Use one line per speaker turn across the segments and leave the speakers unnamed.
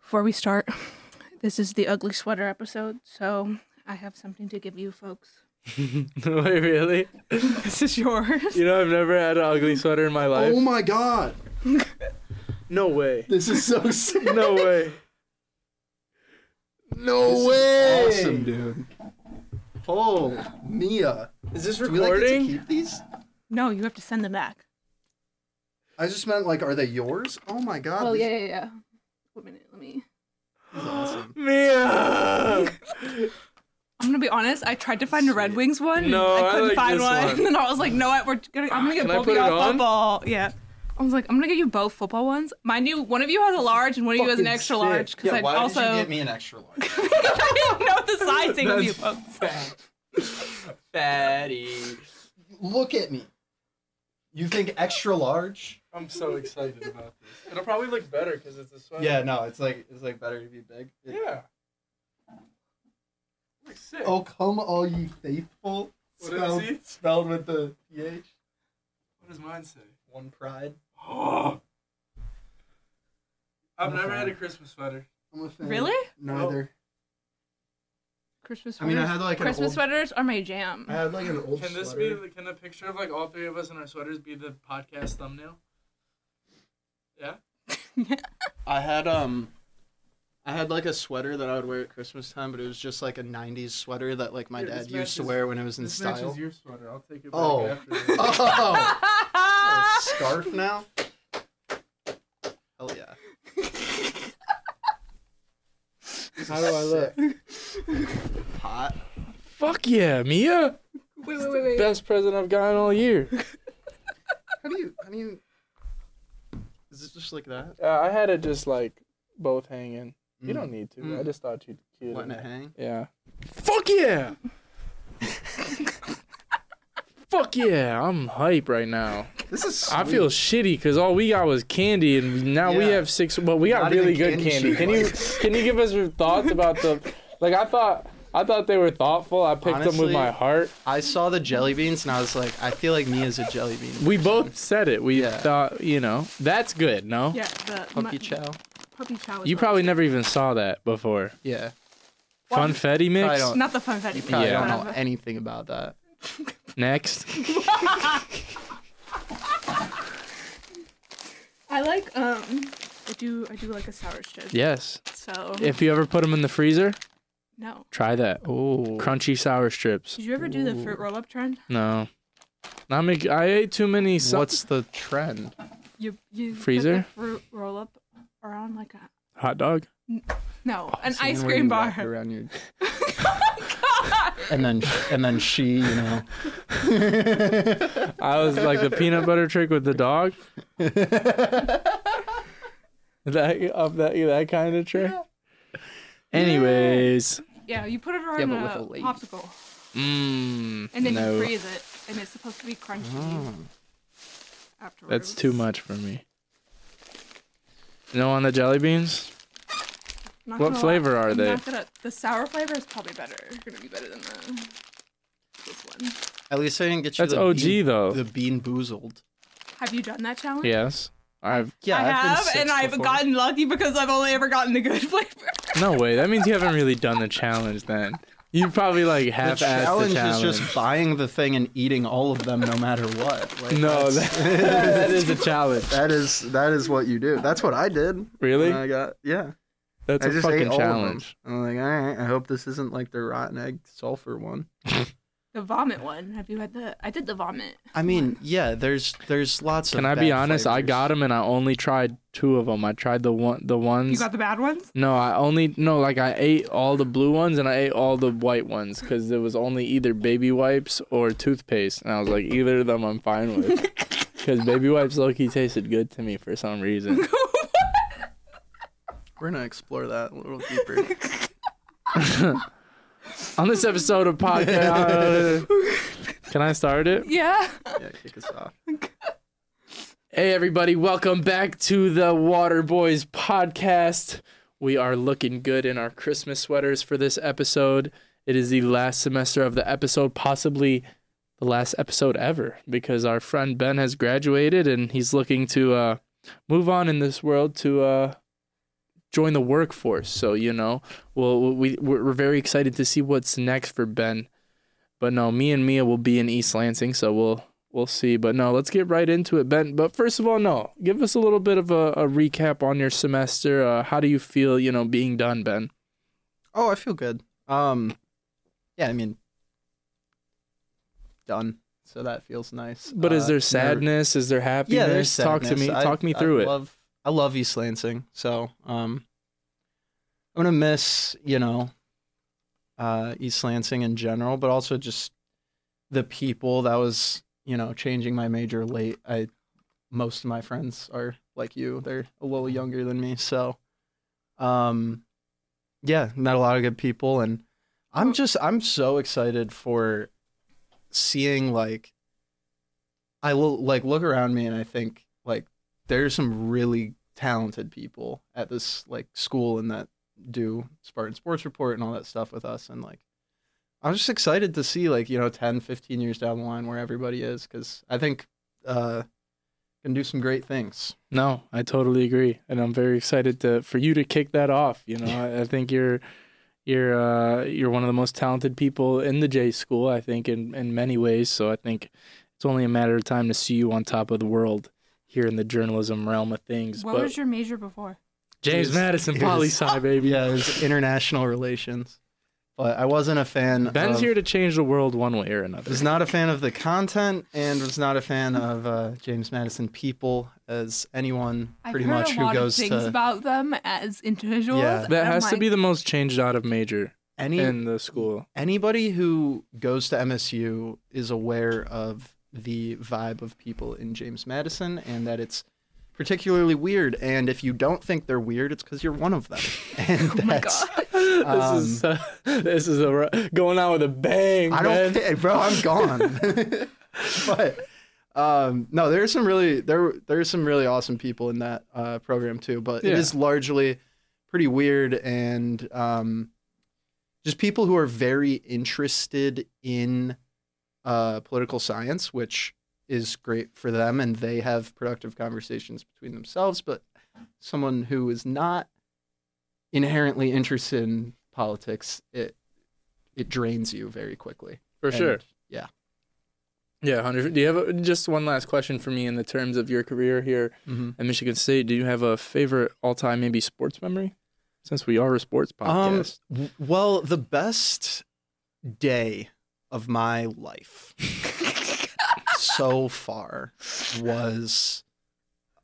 before we start, this is the ugly sweater episode, so I have something to give you folks.
Wait, really?
This is yours.
You know, I've never had an ugly sweater in my life.
Oh my god.
no way.
This is so sick.
No way.
No way.
This is
awesome,
awesome,
dude. Oh, Mia.
Is this
Do we like get to
recording?
keep these?
No, you have to send them back.
I just meant like, are they yours? Oh my god.
Well,
this
yeah, yeah, yeah. One minute, let me.
is awesome.
Mia!
I'm gonna be honest. I tried to find a Red Wings one.
No,
and I
I
couldn't
like
find
this
one.
one.
And then I was like, no, I- we're gonna, I'm gonna get
Can I
both of
put it
y'all
on?
football. Yeah. I was like, I'm gonna get you both football ones. Mind you, one of you has a large and one of you has an
Fucking
extra
sick.
large because
Yeah,
I
why
also
did you get me an extra large?
I didn't know the sizing of you
That's-
folks.
Fatty.
Look at me. You think extra large?
I'm so excited about this. It'll probably look better because it's a sweater.
Yeah, no, it's like it's like better to be big. It-
Yeah. Looks sick.
Oh come all ye faithful.
What did I
Spelled,
see?
spelled with the PH.
What does mine say?
One pride.
Oh. I've
I'm a
never
fan.
had a Christmas sweater.
I'm a fan.
Really?
Neither.
Christmas.
I mean, I
sweaters-
had, like, an
Christmas
old-
sweaters are my jam.
I had like an old
Can this be?
sweater.
the- Can a picture of like all three of us in our sweaters be the podcast thumbnail? Yeah.
I had um I had like a sweater that I would wear at Christmas time, but it was just like a '90s sweater that like my
Here,
dad
this
used to
matches-
wear when it was in
this
style.
matches your sweater. I'll take it back
Oh.
after. this.
oh, a scarf now. Hell yeah!
How do I look?
Hot.
Fuck yeah, Mia!
wait, wait, wait, wait.
Best present I've gotten all year.
How do you? How do you? Is it just like that?
Uh, I had it just like both hanging. You
Mm.
don't need to. I
Mm.
just thought you'd cute. it.
Letting it hang.
Yeah. Fuck yeah! Fuck yeah! I'm hype right now.
This is.
I feel
sweet.
shitty because all we got was candy, and now we
Yeah.
have six. Well, we got
Not
really good
even
candy.
candy she
Can you
likes.
can you give us your thoughts about the? Like I thought, I thought they were thoughtful. I picked them with
Honestly-
my heart.
I saw the jelly beans and I was like, I feel like Mia's a jelly bean.
We both said it. We
Yeah.
thought, you know, that's good. No,
Yeah, the
Puppy
my-
chow.
Puppy chow. is
you
my-
probably never even saw that before.
Yeah.
Funfetti
I
mix.
don't.
Not the funfetti.
I
Yeah.
don't know anything about that.
Next.
I like um. I do. I do like a sour chip.
yes.
So
If you ever put them in the freezer,
no.
try that.
Oh.
Crunchy sour strips.
Did you ever do the fruit roll up trend?
No. I make. I ate too many. So-
What's the trend?
You you put
Freezer?
the fruit roll up around like a
hot dog?
no
Oh,
an
So you
ice
know where
cream
you wrap it
bar.
around your- and then and then she, you know.
I was like the peanut butter trick with the dog. that of that that kind of trick. Anyways,
Yeah, you put it around
but
a
with a leaf.
popsicle
mm,
and then
no,
you freeze it and it's supposed to be crunchy afterwards.
Ah. that's too much for me. No on the jelly beans.
Not
What
gonna lie,
flavor are
I'm
they?
not gonna- the sour flavor is probably better. It's gonna be better than the this one.
At least I didn't get you
That's
the
OG
bean,
though.
The bean boozled.
Have you done that challenge?
Yes, I've.
Yeah,
I
I've been
have,
six
and I've
before.
gotten lucky because I've only ever gotten the good flavor.
No way. That means you haven't really done the challenge. Then you probably like
The
half-assed
challenge,
the challenge.
is just buying the thing and eating all of them, no matter what. Like,
no.
that's-
That, that is a challenge.
that is that is what you do. That's what I did.
Really?
When I got yeah.
That's
I
a
just ate
fucking
all
challenge.
of them. I'm like, all right. I hope this isn't like the rotten egg sulfur one.
The vomit one. Have you had the? I did the vomit.
I mean, yeah. There's there's lots of.
Can I be honest? I got them, and I only tried two of them. I tried the one, the ones.
You got the bad ones.
no, I only no. Like I ate all the blue ones, and I ate all the white ones because there was only either baby wipes or toothpaste, and I was like, either of them, I'm fine with. Because baby wipes, low-key tasted good to me for some reason.
We're gonna explore that a little deeper.
On this episode of podcast, can I start it?
Yeah.
yeah, kick us off.
Hey, everybody, welcome back to the Water Boys podcast. We are looking good in our Christmas sweaters for this episode. It is the last semester of the episode, possibly the last episode ever, because our friend Ben has graduated and he's looking to uh, move on in this world to uh, join the workforce. So you know, well, we we're, we're very excited to see what's next for Ben. But no, me and Mia will be in East Lansing, so we'll we'll see. But no, let's get right into it, Ben. But first of all, no, give us a little bit of a, a recap on your semester. Uh, how do you feel? You know, being done, Ben.
Oh, I feel good. Um, yeah, I mean, done. So that feels nice.
But is
Uh,
there
never-
sadness? Is there happiness?
Yeah, there's
Talk to me.
sadness. I-
Talk me
I
through it.
Love, I love East Lansing, so um, I'm gonna miss you know uh, East Lansing in general, but also just the people. That was you know changing my major late. I most of my friends are like you; they're a little younger than me, so um, yeah, met a lot of good people, and I'm just I'm so excited for seeing like I will like look around me and I think like there's some really talented people at this like school and that do Spartan Sports Report and all that stuff with us and like I'm just excited to see like you know 10 15 years down the line where everybody is cuz I think uh can do some great things.
No, I totally agree, and I'm very excited to for you to kick that off. You know, I, I think you're you're uh, you're one of the most talented people in the J school. I think in in many ways. So I think it's only a matter of time to see you on top of the world here in the journalism realm of things.
What
but
was your major before?
James
Here's-
Madison,
here's-
poli sci baby.
Yeah, it was international relations. But I wasn't a fan
Ben's
of,
here to change the world one way or another.
was not a fan of the content and was not a fan of uh, James Madison people as anyone
I've
pretty
heard
much
a
who
lot
goes
of things
to
about them as individuals.
Yeah.
and
That
I'm
has to
like,
be the most changed out of major
any
in the school.
anybody who goes to MSU is aware of the vibe of people in James Madison and that it's particularly weird and if you don't think they're weird it's cuz you're one of them. And
Oh my
that's
god.
this is uh, this is a, ru- going out with a bang.
Um, I
Ben.
don't care, bro. I'm gone. but um, no, there's some really there there's some really awesome people in that uh, program too. But
Yeah.
it is largely pretty weird and um, just people who are very interested in uh, political science, which is great for them, and they have productive conversations between themselves. But someone who is not inherently interested in politics, it it drains you very quickly.
for
And-
sure.
Yeah.
Yeah, hundred. Do you have a, just one last question for me in the terms of your career here at Michigan State? Do you have a favorite all-time maybe sports memory? Since we are a sports
Um,
podcast,
w- well, the best day of my life so far was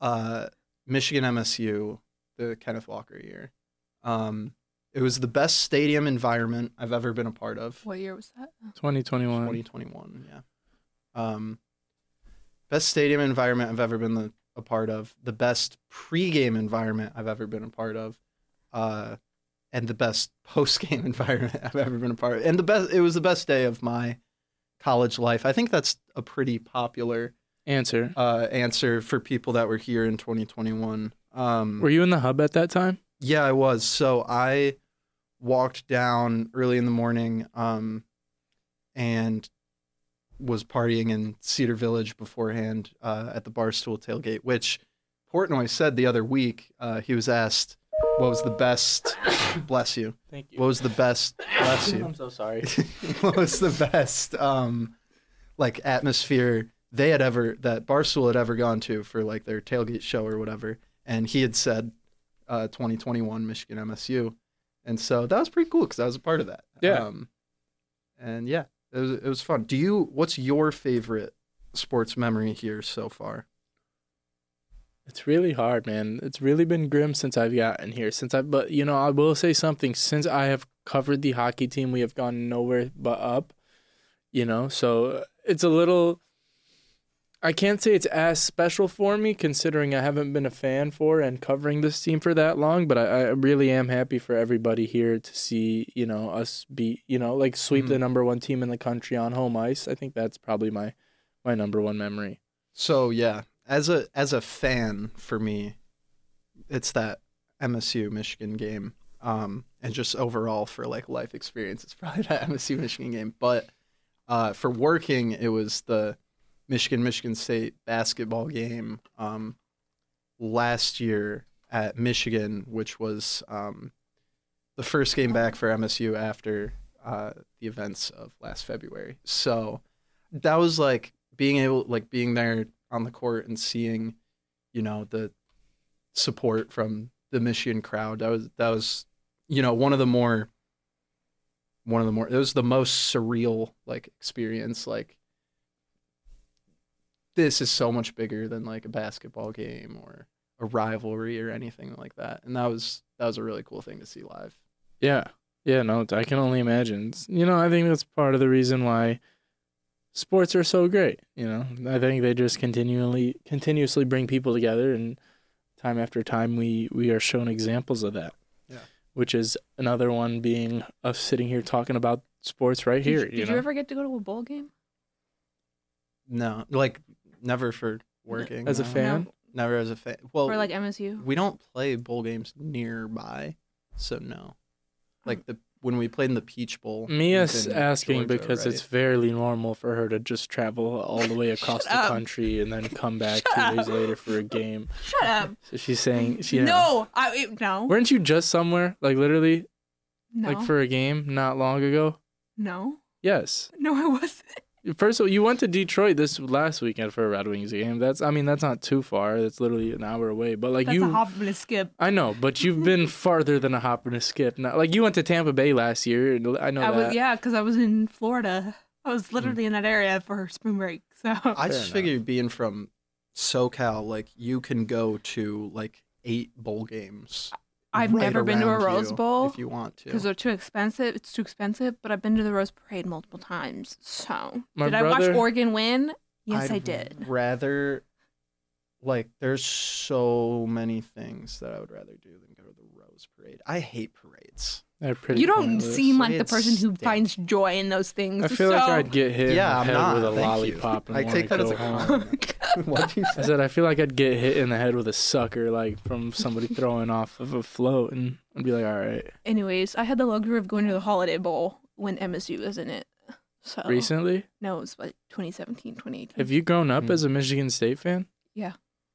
uh, Michigan MSU, the Kenneth Walker year. Um, it was the best stadium environment I've ever been a part of.
What year was that?
twenty twenty-one.
2021, yeah. Um, best stadium environment I've ever been the, a part of. The best pregame environment I've ever been a part of. Uh, and the best postgame environment I've ever been a part of. And the best, it was the best day of my college life. I think that's a pretty popular
Answer:
uh, answer for people that were here in 2021. Um,
Were you in the hub at that time?
yeah, I was. So I walked down early in the morning um, and was partying in Cedar Village beforehand uh, at the Barstool tailgate, which Portnoy said the other week. Uh, he was asked, what was the best, bless you,
Thank
what was the best, bless you,
so sorry.
what was the best um, like atmosphere they had ever that Barstool had ever gone to for like their tailgate show or whatever, and he had said uh, 2021 Michigan MSU, and so that was pretty cool because I was a part of that.
Yeah.
Um, and yeah, it was it was fun. Do you? What's your favorite sports memory here so far?
It's really hard, man. It's really been grim since I've gotten here. Since I, but you know, I will say something. Since I have covered the hockey team, we have gone nowhere but up. You know, so it's a little. I can't say it's as special for me, considering I haven't been a fan for and covering this team for that long. But I, I really am happy for everybody here to see, you know, us be, you know, like sweep the
Mhm.
number one team in the country on home ice. I think that's probably my, my number one memory.
So yeah, as a as a fan for me, it's that MSU Michigan game. Um, and just overall for like life experience, it's probably that MSU Michigan game. But uh, for working, it was the Michigan Michigan State basketball game um, last year at Michigan, which was um, the first game back for MSU after uh, the events of last February. So that was like being able, like being there on the court and seeing, you know, the support from the Michigan crowd. That was that was, you know, one of the more one of the more it was the most surreal like experience like this is so much bigger than like a basketball game or a rivalry or anything like that and that was that was a really cool thing to see live
Yeah. Yeah, no, I can only imagine. It's- You know, I think that's part of the reason why sports are so great, you know. I think they just continually continuously bring people together and time after time we we are shown examples of that.
Yeah.
Which is another one being us sitting here talking about sports right
Did
here,
you- Did, you,
you know.
ever get to go to a bowl game?
no like never for working
As a
no.
fan?
never as a fan well
or like MSU?
we don't play bowl games nearby so no like the when we played in the peach bowl
Mia's
was in
asking
Georgia,
because
right?
it's fairly normal for her to just travel all the way across the
up.
country and then come back
Shut
two
up.
days later for a game.
Shut up!
So she's saying she
No, I it, no,
Weren't you just somewhere, like literally,
no,
like for a game not long ago?
no,
Yes.
no. I wasn't.
First of all, you went to Detroit this last weekend for a Red Wings game. That's, I mean, that's not too far. That's literally an hour away. But like
That's
you,
a hop and a skip.
I know, but you've been farther than a hop and a skip. Not, like you went to Tampa Bay last year. and I know
I
that.
was yeah, because I was in Florida. I was literally in that area for spring break. So
I
Fair
just
enough.
figured being from SoCal, like you can go to like eight bowl games.
I've
right
never been to a
around you
Rose Bowl
if you want to.
because they're too expensive. It's too expensive. But I've been to the Rose Parade multiple times. So
My
did I
brother-
watch Oregon win? Yes,
I'd
i did.
Rather, like, there's so many things that I would rather do than go to the Rose Parade. I hate parades.
They're pretty
You don't
pointless.
seem like the
It's
person who
stink.
finds joy in those things.
I feel
so...
like I'd get hit
Yeah,
in
I'm
the head
not.
with a
Thank you.
lollipop and
I
wanna
take that
go
as a
home.
compliment. what do you
I
say?
said I feel like I'd get hit in the head with a sucker, like from somebody throwing off of a float, and I'd be like, "All right."
Anyways, I had the luxury of going to the Holiday Bowl when MSU was in it. So
Recently,
No, it was like 2017, 2018.
Have you grown up
Mm.
as a Michigan State fan?
Yeah.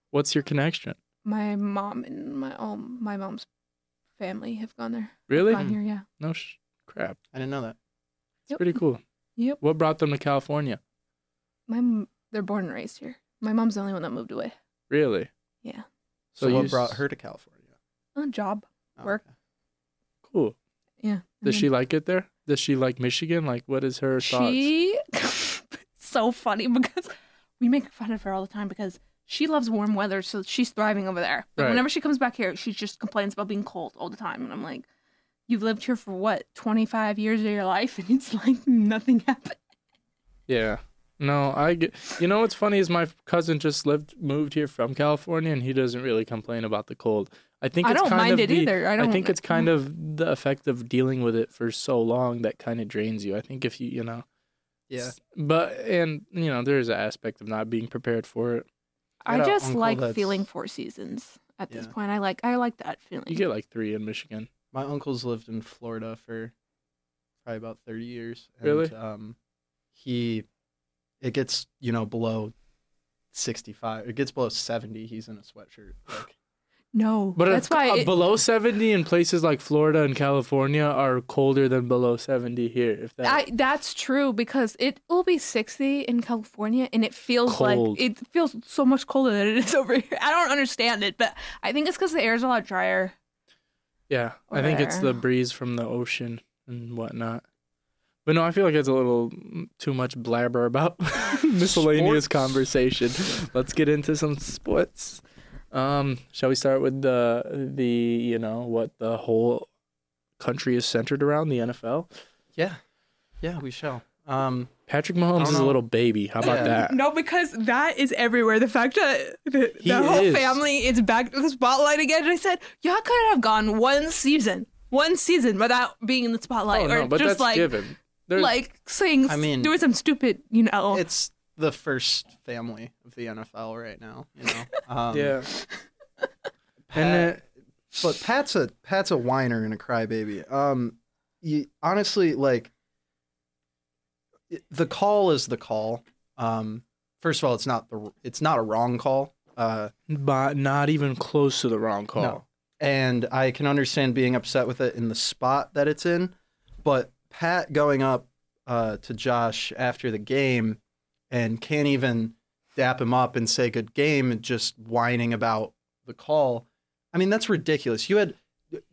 What's your connection?
my mom and my all my mom's family have gone there.
Really?
Gone here, yeah.
No sh- crap.
I didn't know that.
It's
Yep.
pretty cool.
Yep.
What brought them to California?
My m- they're born and raised here. My mom's the only one that moved away.
Really?
Yeah.
So
So,
you
what
s-
brought her to California?
A job.
Oh,
Work.
okay.
Cool.
Yeah.
Does she like it there? Does she like Michigan? Like, what is her thoughts?
Mm-hmm. She so funny because we make fun of her all the time because she loves warm weather, so she's thriving over there. But
Right.
whenever she comes back here, she just complains about being cold all the time, and I'm like, "You've lived here for what 25 years of your life, and it's like nothing happened."
Yeah. No, I get. You know what's funny is my cousin just lived, moved here from California, and he doesn't really complain about the cold. I think
I
it's
don't
kind
mind
of
it
the-
either. I
I
don't-
think it's kind of the effect of dealing with it for so long that kind of drains you. I think if you, you know,
Yeah.
S- But and you know, there is an aspect of not being prepared for it.
I
Got a
just
uncle
like
that's-
feeling four seasons at this
Yeah.
point. I like I like that feeling.
You get like three in Michigan.
My uncle's lived in Florida for probably about 30 years. And,
Really?
Um, he, it gets, you know, below 65. It gets below 70. He's in a sweatshirt. Like,
no,
But
that's
that's
why it,
below seventy in places like Florida and California are colder than below seventy here. If that
I, that's true because it will be 60 in California and it feels like
Cold.
it feels so much colder than it is over here. I don't understand it, but I think it's because the air is a lot drier.
yeah, I think it's the
Where?
breeze from the ocean and whatnot. But no, I feel like it's a little mm, too much blabber about miscellaneous
Sports.
conversation. Let's get into some sports. Um, shall we start with the the you know what the whole country is centered around the NFL?
yeah. Yeah, we shall. Um,
Patrick
I
Mahomes
don't
is a
know.
little baby. How about
Yeah.
that?
Uh, No, because that is everywhere. The fact that the,
He
the whole
is.
family is back to the spotlight again. And I said, y'all could have gone one season, one season without being in the spotlight
Oh
or
no, but
just
that's
like
given. There's,
like saying
I mean-
doing some stupid, you know.
it's the first family of the NFL right now, you know? Um,
yeah,
Pat-
and uh,
but Pat's a Pat's a whiner and a crybaby. Um, you, honestly, like it- the call is the call. Um, first of all, it's not the it's not a wrong call. Uh,
But not even close to the wrong call.
No. and I can understand being upset with it in the spot that it's in, but Pat going up uh, to Josh after the game and can't even dap him up and say good game and just whining about the call. I mean, that's ridiculous. You had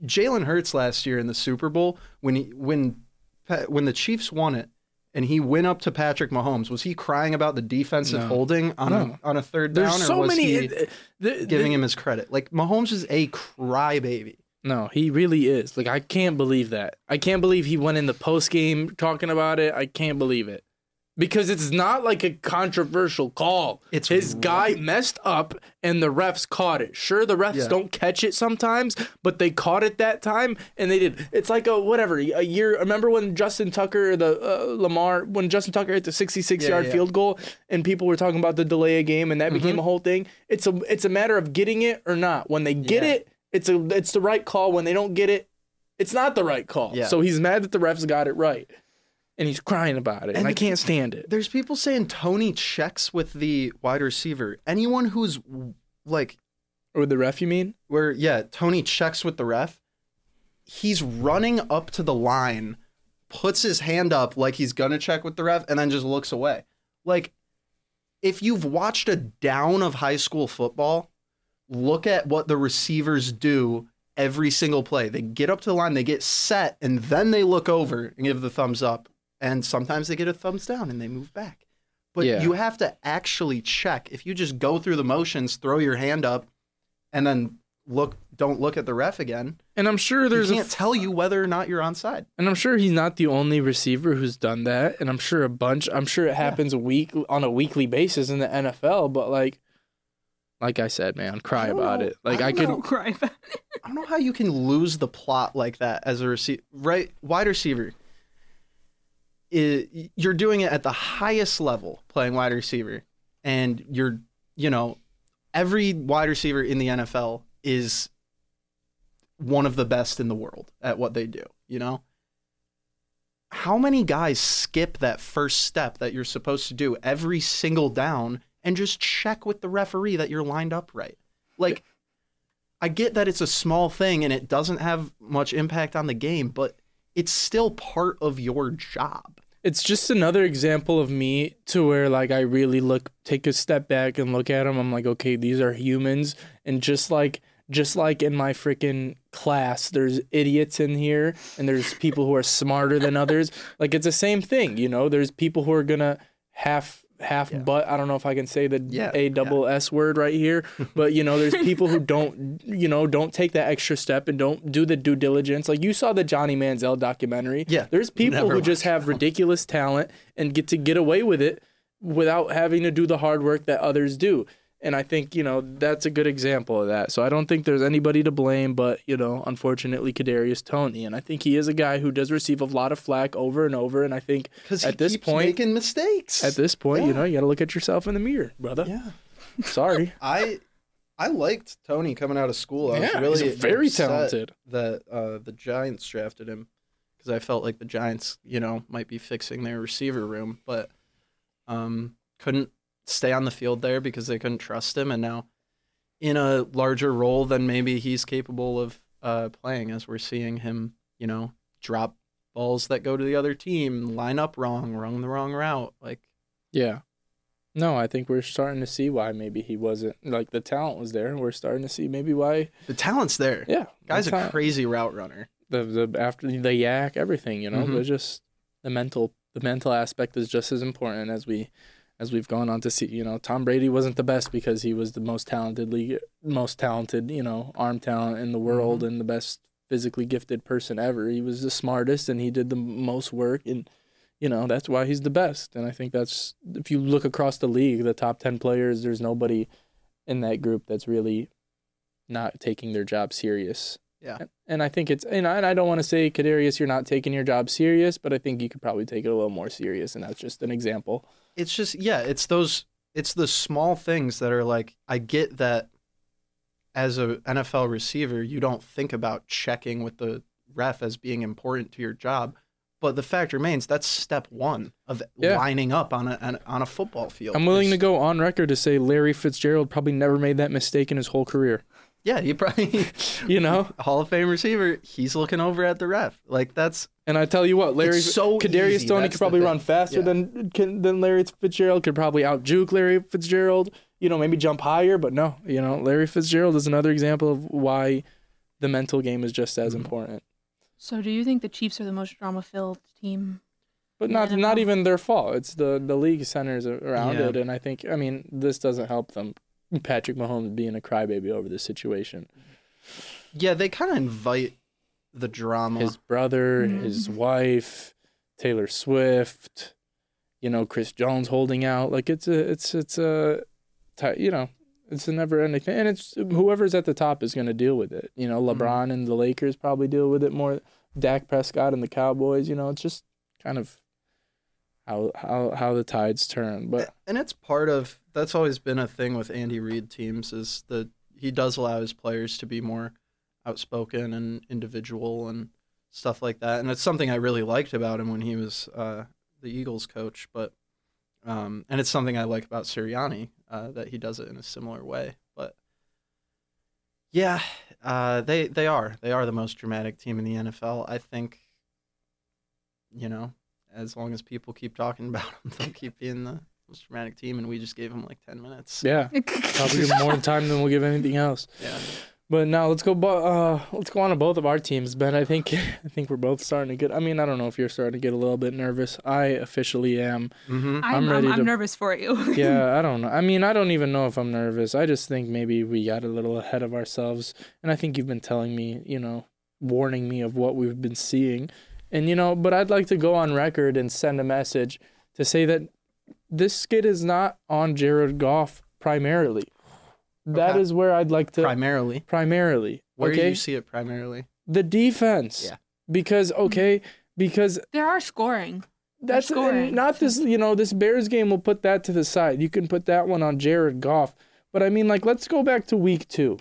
Jalen Hurts last year in the Super Bowl when he, when Pa- when the Chiefs won it and he went up to Patrick Mahomes. Was he crying about the defensive
No.
holding on
No.
a on a third down?
There's
or
so
was
many.
he-
it- it- the-
giving
the-
him his credit. Like Mahomes is a crybaby.
No, he really is. Like I can't believe that. I can't believe he went in the post game talking about it. I can't believe it. Because it's not like a controversial call.
It's
his guy
right.
messed up and the refs caught it. Sure, the refs
Yeah.
don't catch it sometimes, but they caught it that time and they did. It's like a whatever a year. Remember when Justin Tucker, the uh, Lamar, when Justin Tucker hit the sixty-six
Yeah,
yard
yeah.
field goal, and people were talking about the delay a game, and that
Mm-hmm.
became a whole thing. It's a it's a matter of getting it or not. When they get
Yeah.
it, it's a it's the right call. When they don't get it, it's not the right call.
Yeah.
So he's mad that the refs got it right, and he's crying about it, and,
And
I
the-
can't stand it.
There's people saying Tony checks with the wide receiver. Anyone who's like
Or the ref, you mean?
where yeah, Tony checks with the ref. He's running up to the line, puts his hand up like he's gonna check with the ref, and then just looks away. Like if you've watched a down of high school football, look at what the receivers do every single play. They get up to the line, they get set, and then they look over and give the thumbs up. And sometimes they get a thumbs down and they move back. But
Yeah.
you have to actually check. If you just go through the motions, throw your hand up, and then look, don't look at the ref again.
And I'm sure
He
there's a
can't tell you whether or not you're onside.
And I'm sure he's not the only receiver who's done that. And I'm sure a bunch. I'm sure it happens a week on a weekly basis in the NFL. But like, like I said, man, cry
I don't
about
know.
it. Like
I
I,
don't
could.
know.
Don't cry about it.
I don't know how you can lose the plot like that as a receiver, right? Wide receiver. I- you're doing it at the highest level, playing wide receiver, and you're, you know, every wide receiver in the NFL is one of the best in the world at what they do. You know, how many guys skip that first step that you're supposed to do every single down and just check with the referee that you're lined up right? Like, I get that it's a small thing and it doesn't have much impact on the game, but it's still part of your job.
It's just another example of me to where like I really look, take a step back and look at them. I'm like, okay, these are humans, and just like. Just like in my freaking class, there's idiots in here and there's people who are smarter than others. Like it's the same thing, you know? There's people who are gonna half half butt I don't know if I can say the
Yeah,
a double s word right here, but you know, there's people who don't you know, don't take that extra step and don't do the due diligence. Like you saw the Johnny Manziel documentary.
Yeah.
There's people
Never
who just have ridiculous talent and get to get away with it without having to do the hard work that others do. And I think, you know, that's a good example of that. So I don't think there's anybody to blame but, you know, unfortunately Kadarius Tony. And I think he is a guy who does receive a lot of flack over and over. And I think
Because
at this
keeps
point
making mistakes.
at this point, you
Yeah.
know, you gotta look at yourself in the mirror, brother.
yeah,
Sorry.
I I liked Tony coming out of school. I
Yeah,
was
he's
really
very
upset
talented.
That uh, the Giants drafted him because I felt like the Giants, you know, might be fixing their receiver room, but um, couldn't stay on the field there because they couldn't trust him, and now in a larger role than maybe he's capable of uh, playing, as we're seeing him, you know, drop balls that go to the other team, line up wrong, run the wrong route, like.
Yeah. No, I think we're starting to see why maybe he wasn't like the talent was there. We're starting to see maybe why
The talent's there.
yeah.
Guy's
the
a
talent-
crazy route runner.
the the after the yak, everything, you know.
Mhm.
They're just the mental the mental aspect is just as important as we as we've gone on to see, you know, Tom Brady wasn't the best because he was the most talented league, most talented, you know, arm talent in the world and the best physically gifted person ever. He was the smartest and he did the most work and you know, that's why he's the best. And I think that's if you look across the league, the top 10 players, there's nobody in that group that's really not taking their job serious.
Yeah.
And- And I think it's and I, and I don't want to say Kadarius, you're not taking your job serious, but I think you could probably take it a little more serious, and that's just an example.
it's just yeah it's those it's the small things that are like i get that as a nfl receiver you don't think about checking with the ref as being important to your job But the fact remains that's step one of
Yeah.
lining up on a on a- on a football field.
I'm willing to
It's-
go on record to say Larry Fitzgerald probably never made that mistake in his whole career.
Yeah, you probably
You know?
Hall of Fame receiver. He's looking over at the ref. Like that's
And I tell you what, Larry
It's so
Kadarius
easy,
Stoney
that's
could
the
probably
thing.
run faster
Yeah.
than can, than Larry Fitzgerald could probably out juke Larry Fitzgerald. You know, maybe jump higher, but no. You know, Larry Fitzgerald is another example of why the mental game is just
Mm-hmm.
as important.
So, do you think the Chiefs are the most drama-filled team?
But not
Yeah.
not even their fault. It's the the league centers a- around
Yeah.
it, and I think I mean this doesn't help them. Patrick Mahomes being a crybaby over the situation.
yeah. They kind of invite the drama.
his brother, his wife, Taylor Swift, you know, Chris Jones holding out. Like it's a, it's it's a, ti- you know, it's a never ending thing, and it's whoever's at the top is going to deal with it. You know, LeBron and the Lakers probably deal with it more. Dak Prescott and the Cowboys. You know, it's just kind of how how how the tides turn. But
and it's part of that's always been a thing with Andy Reid teams is that he does allow his players to be more outspoken and individual and stuff like that. And it's something I really liked about him when he was uh, the Eagles coach. But um, and it's something I like about Sirianni uh, that he does it in a similar way. But yeah, uh, they they are they are the most dramatic team in the NFL. I think you know as long as people keep talking about them, they'll keep being the most dramatic team. And we just gave them like ten minutes.
yeah, probably more time than we'll give anything else.
Yeah.
But now let's go. Bo- uh, let's go on to both of our teams, Ben. I think I think we're both starting to get. I mean, I don't know if you're starting to get a little bit nervous. I officially am.
Mm-hmm.
I'm, I'm,
ready
I'm
to-
nervous for you.
Yeah, I don't know. I mean, I don't even know if I'm nervous. I just think maybe we got a little ahead of ourselves, and I think you've been telling me, you know, warning me of what we've been seeing, and you know. But I'd like to go on record and send a message to say that this skid is not on Jared Goff primarily. That is
Okay.
where I'd like to
Primarily,
primarily.
where do
okay?
you see it primarily?
the defense.
Yeah.
Because okay, because
There are scoring.
that's and
scoring.
not this. You know, this Bears game. We'll put that to the side. You can put that one on Jared Goff. But I mean, like, let's go back to Week Two.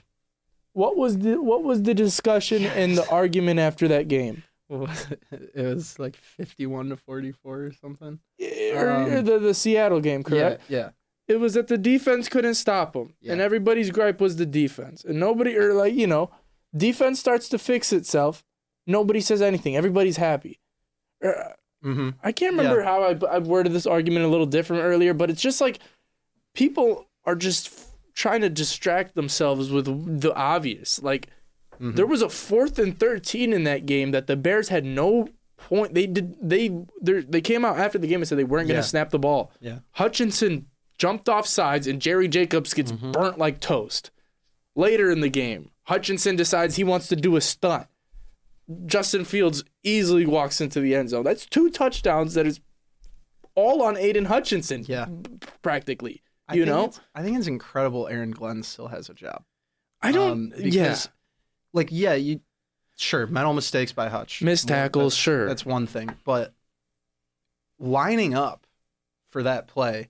What was the what was the discussion and the argument after that game?
What was it? It was like fifty-one to forty-four or something.
E, Or, or
Um,
the the Seattle game, correct?
Yeah, yeah.
It was that the defense couldn't stop them, and
Yeah.
everybody's gripe was the defense. And nobody, or like you know, defense starts to fix itself. Nobody says anything. Everybody's happy. Uh,
Mm-hmm.
I can't remember
Yeah.
how I, I worded this argument a little different earlier, but it's just like people are just f- trying to distract themselves with the obvious. Like
Mm-hmm.
there was a fourth and thirteen in that game that the Bears had no point. They did they they're- they came out after the game and said they weren't going to
Yeah.
snap the ball.
Yeah.
Hutchinson jumped off sides and Jerry Jacobs gets
Mm-hmm.
burnt like toast. Later in the game, Hutchinson decides he wants to do a stunt. Justin Fields easily walks into the end zone. That's two touchdowns that is all on Aiden Hutchinson,
Yeah.
practically.
I
You
think
know?
it's- I think it's incredible. Aaron Glenn still has a job.
I don't.
um, because,
yeah.
Like, yeah, you sure mental mistakes by Hutch,
Missed
Well,
tackles,
that's-
sure.
that's one thing. But lining up for that play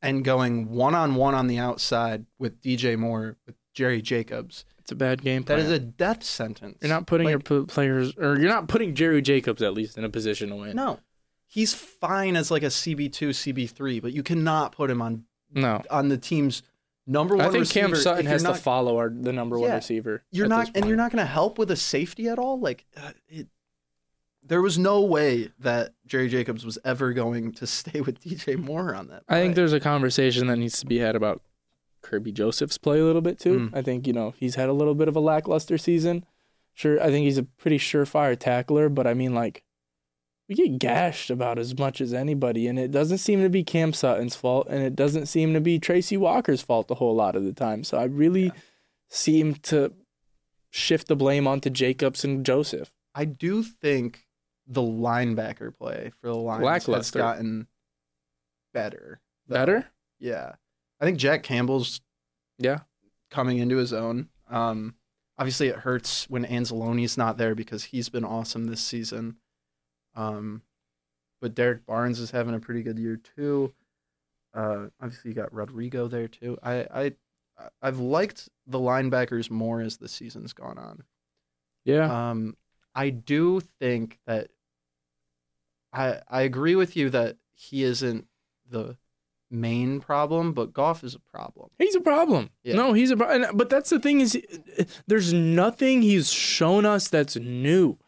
and going one on one on the outside with DJ Moore with Jerry Jacobs,
It's a bad game
that
plan.
is a death sentence.
you're not putting
Like,
your p- players, or you're not putting Jerry Jacobs at least in a position to win.
no. He's fine as like a CB two, CB three, but you cannot put him on
No.
on the team's number one
I think
receiver.
Cam Sutton
if you're
has
not
to follow our, the number one
Yeah.
receiver.
you're
at
not
this
and
point.
you're not going to help with a safety at all like uh, it, there was no way that jerry jacobs was ever going to stay with dj moore on that
I think
play.
there's a conversation that needs to be had about Kirby Joseph's play a little bit too. I think you know he's had a little bit of a lackluster season. Sure, I think he's a pretty surefire tackler, but I mean like we get gashed about as much as anybody, and it doesn't seem to be Cam Sutton's fault, and it doesn't seem to be Tracy Walker's fault a whole lot of the time. So I really seem to shift the blame onto Jacobs and Joseph.
i do think the linebacker play for the lions has
Lackluster.
gotten better though.
Better,
yeah i think jack campbell's
yeah.
coming into his own um obviously it hurts when anzalone's not there because he's been awesome this season um but Derek Barnes is having a pretty good year too. Uh, obviously, you got Rodrigo there too. I, I I've liked the linebackers more as the season's gone on.
Yeah,
Um, I do think that I I agree with you that he isn't the main problem, but golf is a problem.
He's a problem.
Yeah.
No, he's a problem. But that's the thing is, there's nothing he's shown us that's new.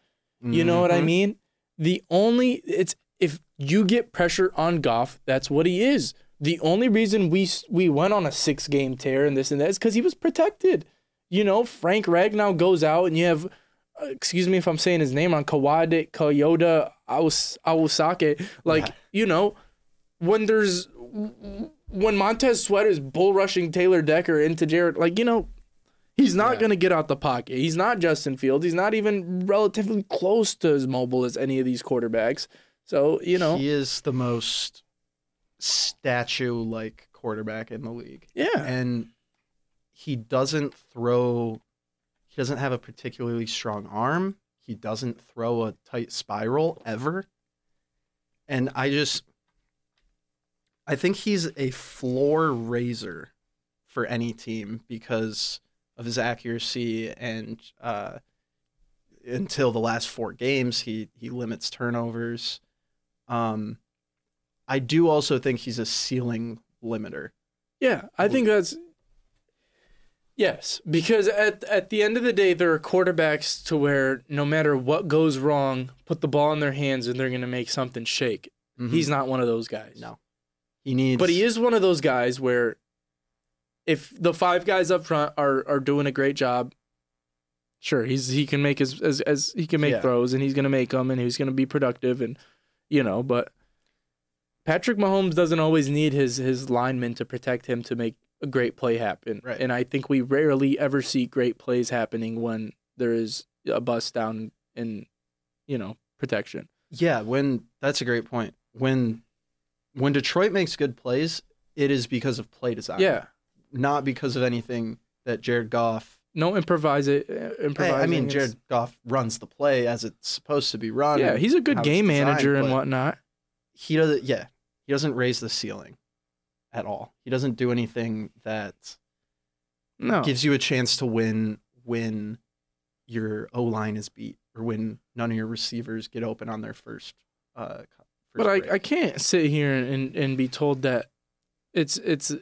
You know what I
Mhm.
mean? The only it's if you get pressure on Goff, that's what he is. The only reason we s- we went on a six game tear and this and that is because he was protected. You know, Frank Ragnow goes out and you have, uh, excuse me if I'm saying his name on Kawade Koyoda Awas- Awasake. Like
Yeah.
you know, when there's when Montez Sweat is bull rushing Taylor Decker into Jared, like you know, He's not
Yeah.
going to get out the pocket. He's not Justin Fields. He's not even relatively close to as mobile as any of these quarterbacks. So, you know,
he is the most statue like quarterback in the league.
yeah.
And he doesn't throw he doesn't have a particularly strong arm. He doesn't throw a tight spiral ever. And I just I think he's a floor raiser for any team because of his accuracy and uh until the last four games he he limits turnovers. Um I do also think he's a ceiling limiter.
Yeah. I think that's Yes, because at at the end of the day there are quarterbacks to where no matter what goes wrong, put the ball in their hands and they're going to make something shake. He's not one of those guys.
Mm-hmm. No. He needs.
But he is one of those guys where if the five guys up front are are doing a great job, sure, he's he can make his as as he can make
Yeah.
throws and he's going to make them and he's going to be productive and you know, but Patrick Mahomes doesn't always need his his linemen to protect him to make a great play happen.
Right.
And I think we rarely ever see great plays happening when there is a bust down in you know, protection.
Yeah, when that's a great point. When when Detroit makes good plays, it is because of play design.
Yeah.
Not because of anything that Jared Goff.
No improvise it
Hey,
improvise.
I mean, Jared Goff runs the play as it's supposed to be run.
Yeah, he's a good
how it's
game manager
designed,
and
but-
whatnot.
He doesn't. Yeah, he doesn't raise the ceiling at all. He doesn't do anything that
No,
gives you a chance to win when your O line is beat or when none of your receivers get open on their first. Uh, co-
but
first
I,
break.
I can't sit here and, and be told that it's it's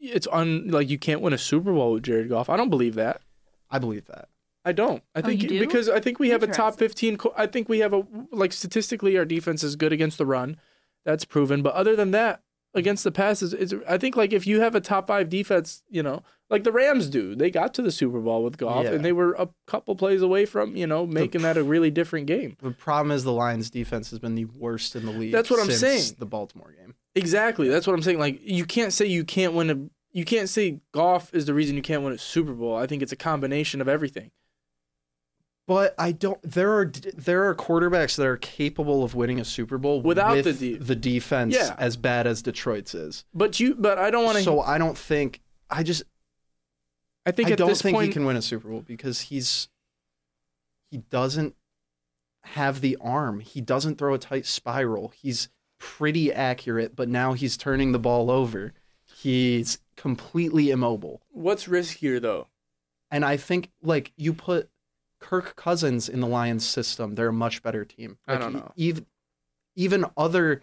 it's un like you can't win a Super Bowl with Jared Goff. I don't believe that.
I believe that.
I don't. I think
Oh, you do?
because I think we have a top
Interesting.
15 co- I think we have a like statistically our defense is good against the run. That's proven, but other than that, against the passes it's I think like if you have a top 5 defense, you know, like the Rams do. They got to the Super Bowl with Goff
Yeah.
and they were a couple plays away from, you know, making that a really different game.
The problem is the Lions' defense has been the worst in the league.
That's what I'm
since
saying.
The Baltimore game.
Exactly. That's what I'm saying. Like you can't say you can't win a you can't say golf is the reason you can't win a Super Bowl. I think it's a combination of everything.
But I don't. There are there are quarterbacks that are capable of winning a Super Bowl
Without
with
the de-
the defense
Yeah.
as bad as Detroit's is.
But you but I don't want to
So I don't think I just
I think
I
at
don't
this
think
point
he can win a Super Bowl because he's he doesn't have the arm. He doesn't throw a tight spiral. He's pretty accurate, but now he's turning the ball over. He's completely immobile.
what's riskier though?
And I think like you put Kirk Cousins in the Lions system, they're a much better team.
I
Like,
don't know.
Even even other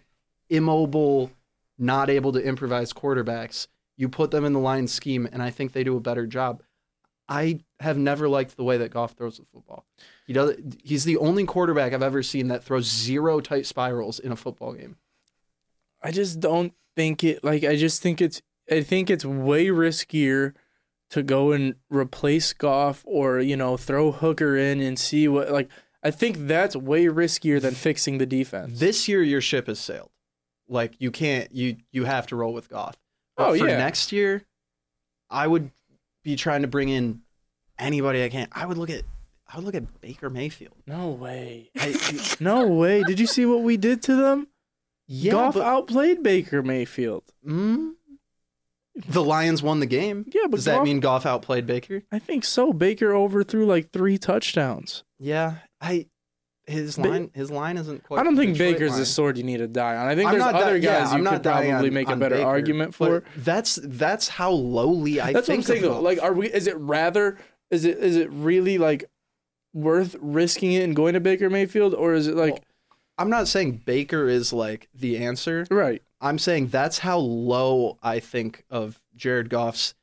immobile, not able to improvise quarterbacks, you put them in the Lions scheme, and I think they do a better job. I have never liked the way that Goff throws the football. He does. He's the only quarterback I've ever seen that throws zero tight spirals in a football game.
I just don't think it like I just think it's I think it's way riskier to go and replace Goff or, you know, throw Hooker in and see what like I think that's way riskier than fixing the defense.
This year, your ship has sailed. Like you can't. You you have to roll with Goff. But
Oh,
for
yeah.
next year, I would be trying to bring in anybody I can. I would look at I would look at Baker Mayfield.
No way.
I,
No way. Did you see what we did to them?
yeah,
Goff
but-
outplayed Baker Mayfield.
Mm? the Lions won the game.
Yeah, but
does
Goff-
that mean Goff outplayed Baker?
I think so. Baker overthrew like three touchdowns.
Yeah, I his
Ba-
line his line isn't quite.
I don't think
Detroit
Baker's
line.
the sword you need to die on. I think
I'm
there's
not di-
other
yeah,
guys
I'm
you
not
could
dying
probably
on-
make a
on
better
Baker,
argument
but
for.
That's that's how lowly I.
That's what
think
I'm saying
of
though.
Goff.
Like, are we? Is it rather? Is it? Is it really like worth risking it and going to Baker Mayfield, or is it like?
Well, I'm not saying Baker is like the answer.
Right.
I'm saying that's how low I think of Jared Goff's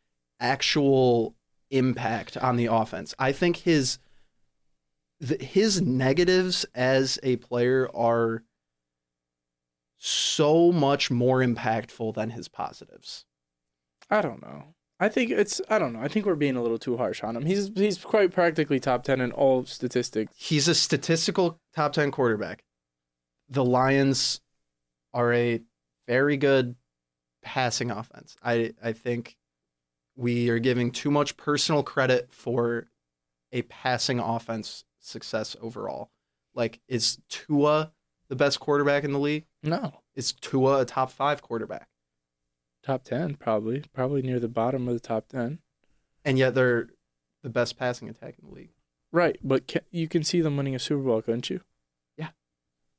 actual impact on the offense. I think his the, his negatives as a player are so much more impactful than his positives.
I don't know. I think it's I don't know. I think we're being a little too harsh on him. He's he's quite practically top 10 in all statistics.
He's a statistical top 10 quarterback. The Lions are a very good passing offense. I I think we are giving too much personal credit for a passing offense success overall. Like is Tua the best quarterback in the league?
No.
Is Tua a top 5 quarterback?
Top 10 probably. Probably near the bottom of the top 10.
And yet they're the best passing attack in the league.
Right, but ca you can see them winning a Super Bowl, couldn't you?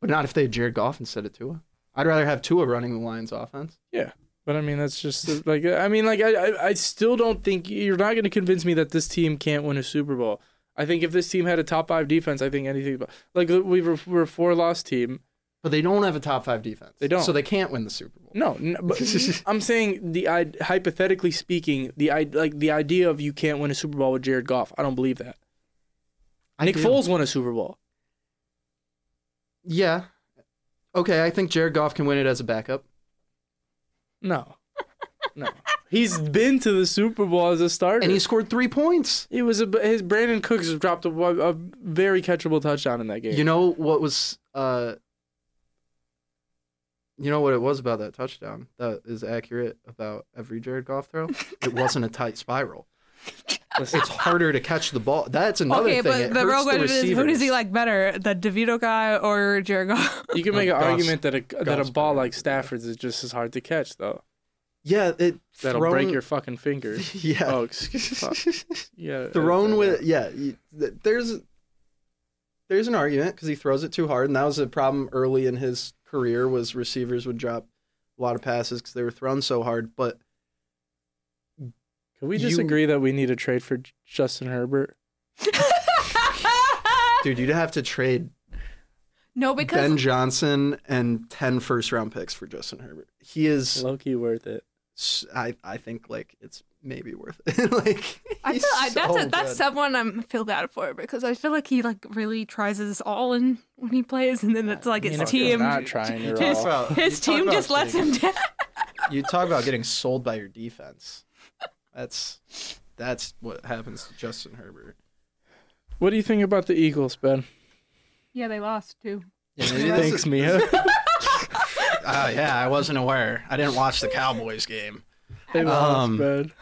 But not if they had Jared Goff instead of Tua. I'd rather have Tua running the Lions offense.
But I mean, that's just like I mean, like I, I, I still don't think you're not going to convince me that this team can't win a Super Bowl. I think if this team had a top five defense, I think anything. But like we were, we're a four loss team.
But they don't have a top 5 defense.
They don't.
So they can't win the Super Bowl.
No, n but I'm saying the I, hypothetically speaking, the I, like the idea of you can't win a Super Bowl with Jared Goff. I don't believe that.
I
Nick
do.
Foles won a Super Bowl.
Yeah. Okay, I think Jared Goff can win it as a backup.
No, no, he's been to the Super Bowl as a starter.
And he scored three points.
It was a, his Brandon Cooks dropped a, a very catchable touchdown in that game.
You know what was uh you know what it was about that touchdown that is accurate about every Jared Goff throw? It wasn't a tight spiral.
Listen,
It's harder to catch the ball. That's another
Okay,
thing.
but
It
the
hurts
real
the
question is, who does
receivers.
he like better, the DeVito guy or Jared Goff?
you can
No,
make an
Goff's-
argument that a that
Goff's
a ball
better
like
than that.
Stafford's is just as hard to catch though.
Yeah, it
That'll
thrown,
break your Oh. fucking fingers.
yeah.
Oh, excuse fuck. Yeah.
thrown with yeah you- th- there's there's an argument because he throws it too hard and that was a problem early in his career was receivers would drop a lot of passes because they were thrown so hard but
Can we
you-
just agree that we need a trade for J- Justin Herbert?
dude you'd have to trade
no, because
ben johnson and 10 first round picks for justin herbert he is
Low key worth it.
s- i, I think like it's maybe worth it like
I
he's
feel I, that's
so
a, that's
good.
someone I'm feel bad for because I feel like he like really tries his all in when he plays, and then it's like
You
his
know, if you're
team.
not trying
You
at
talk
His-
all.
about- you
His
talk
team
about
just lets
getting-
him down.
you talk about getting sold by your defense that's that's what happens to justin herbert
What do you think about the Eagles, Ben?
Yeah, they lost too.
Yeah, maybe that's
Thanks, Mia.
Oh yeah, I wasn't aware. I didn't watch the Cowboys game.
They lost,
Um,
man.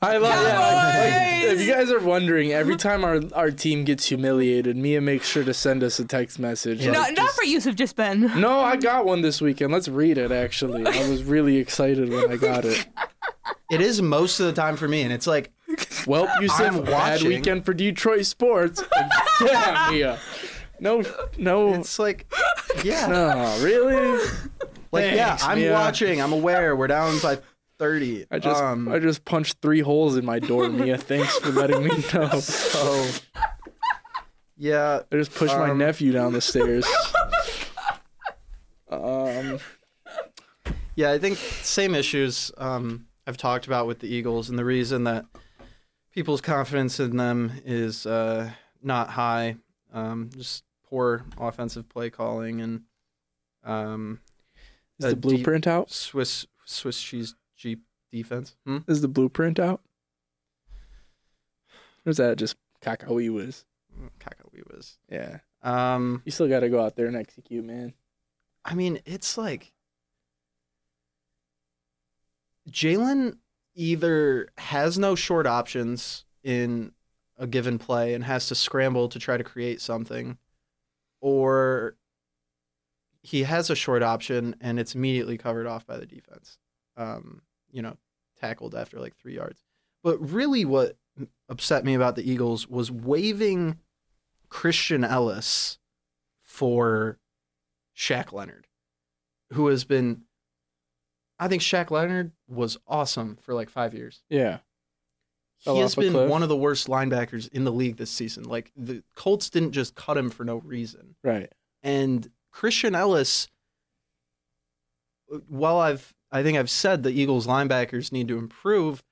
I love that. Like, if you guys are wondering, every time our, our team gets humiliated, Mia makes sure to send us a text message.
Yeah.
No,
like,
not
just-
for Yusuf, just Ben.
No, I got one this weekend. Let's read it, actually. I was really excited when I got it.
It is most of the time for me, and it's like
Well, you said
I'm
bad
watching.
weekend for Detroit sports. yeah, Mia. No, no,
it's like yeah,
no, really?
like yeah.
thanks,
I'm
Mia.
watching. I'm aware. We're down by thirty.
I just
um,
I just punched three holes in my door, Mia. Thanks for letting me know.
so yeah.
I just pushed my
Um, uh,
nephew down the stairs. Um,
Yeah, I think same issues um, I've talked about with the Eagles, and the reason that people's confidence in them is uh, not high, um, just poor offensive play calling, and um,
is
a
the
deep-
blueprint out?
Swiss Swiss cheese Jeep defense. Hmm?
Is the blueprint out? Or is that just was?
Kakawiwas.
Yeah.
Um,
You still got to go out there and execute, man.
I mean, it's like Jalen either has no short options in a given play and has to scramble to try to create something, or he has a short option and it's immediately covered off by the defense. Um, you know, tackled after like three yards. But really, what upset me about the Eagles was waiving Christian Ellis for Shaq Leonard, who has been. I think Shaq Leonard was awesome for like five years.
Yeah. Fell
he has
off a
been
cliff.
one of the worst linebackers in the league this season. Like the Colts didn't just cut him for no reason.
Right.
And Christian Ellis, while I've I think I've said the Eagles linebackers need to improve,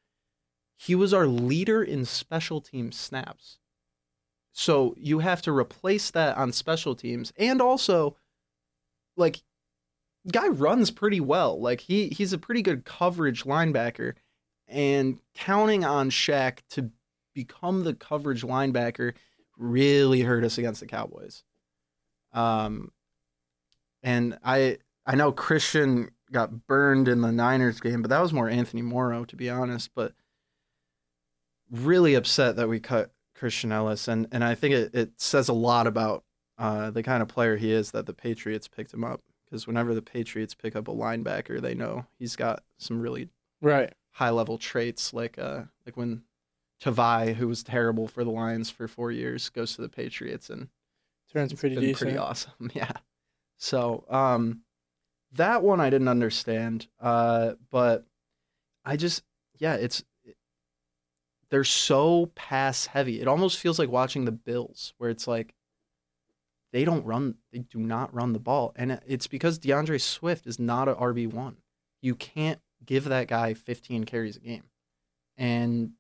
he was our leader in special team snaps. So you have to replace that on special teams and also like guy runs pretty well. Like he he's a pretty good coverage linebacker and counting on Shaq to become the coverage linebacker really hurt us against the Cowboys. Um, and I I know Christian got burned in the Niners game, but that was more Anthony Morrow to be honest. But really upset that we cut Christian Ellis, and and I think it, it says a lot about uh, the kind of player he is that the Patriots picked him up. Because whenever the Patriots pick up a linebacker, they know he's got some really
Right.
high level traits like uh like when Tavai, who was terrible for the Lions for four years, goes to the Patriots and
Turns
it's
pretty
been
decent.
pretty awesome. Yeah. So um that one I didn't understand. Uh but I just yeah, it's they're so pass heavy. It almost feels like watching the Bills where it's like they don't run they do not run the ball. And it's because DeAndre Swift is not a RB1. You can't give that guy 15 carries a game. And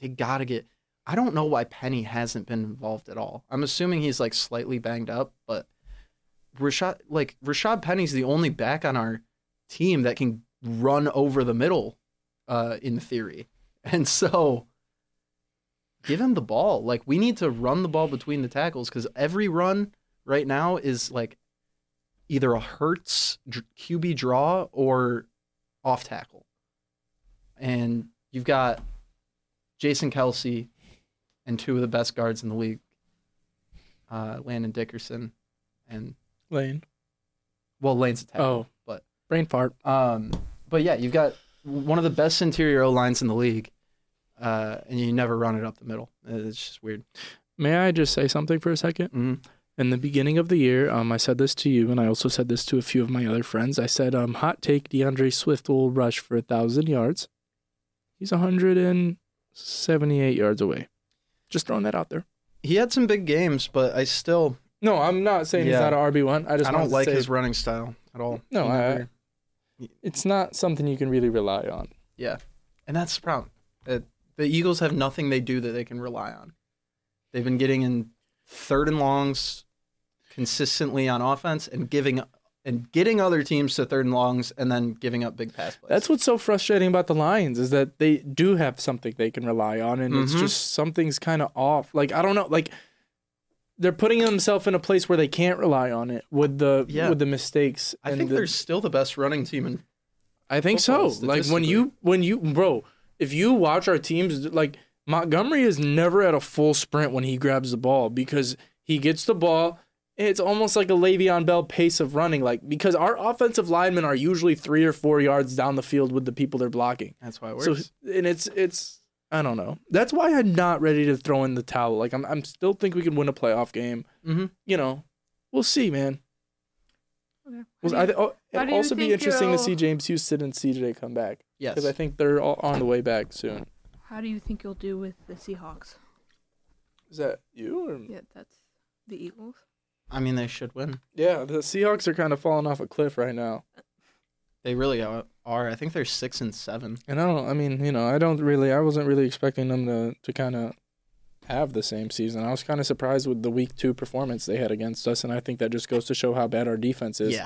they got to get I don't know why Penny hasn't been involved at all. I'm assuming he's like slightly banged up, but Rashad like Rashad Penny's the only back on our team that can run over the middle, uh, in theory. And so give him the ball. Like we need to run the ball between the tackles because every run right now is like either a Hertz dr- QB draw or off tackle. And you've got Jason Kelsey and two of the best guards in the league, uh, Landon Dickerson and
Lane.
well Lane's a tackle,
Oh.
but
Brain fart.
um, but yeah, you've got one of the best interior O lines in the league, uh, and you never run it up the middle. It's just weird.
May I just say something for a second?
Mhm.
In the beginning of the year, um, I said this to you, and I also said this to a few of my other friends. I said, um, hot take: DeAndre Swift will rush for a thousand yards. He's 178 yards away. Just throwing that out there.
He had some big games, but I still
No, I'm not saying
Yeah.
he's not an RB one. I just
I
wanted
don't
to
like
say
his running style at all.
No,
He
I-
never-
It's not something you can really rely on.
and that's the problem. Uh, the Eagles have nothing they do that they can rely on. They've been getting in third and longs consistently on offense and giving and getting other teams to third and longs and then giving up big pass plays.
That's what's so frustrating about the Lions is that they do have something they can rely on, and it's
Mhm.
just something's kind of off. Like I don't know, like they're putting themselves in a place where they can't rely on it with the
Yeah.
with the mistakes.
I
and
think
the-
they're still the best running team in
I think so.
football,
Like when
statistically.
you when you bro, if you watch our teams, like Montgomery is never at a full sprint when he grabs the ball because he gets the ball. It's almost like a Le'Veon Bell pace of running, like because our offensive linemen are usually three or four yards down the field with the people they're blocking.
That's why it
So
works.
and it's it's I don't know. That's why I'm not ready to throw in the towel. Like I'm I'm still think we can win a playoff game.
mm-hmm.
You know, we'll see, man.
Okay.
We'll,
How
I,
do
th- oh,
how
it'd
do you
also be
think
interesting to
you'll-
see James Houston and CJ come back
Yes.
because I think they're all on the way back soon.
How do you think you'll do with the Seahawks?
Is that you? Or...
Yeah, that's the Eagles.
I mean, they should win.
Yeah, the Seahawks are kind of falling off a cliff right now,
They really are. are. I think they're six and seven.
and I don't. I mean, you know, I don't really. I wasn't really expecting them to to kind of have the same season. I was kind of surprised with the week two performance they had against us, and I think that just goes to show how bad our defense is.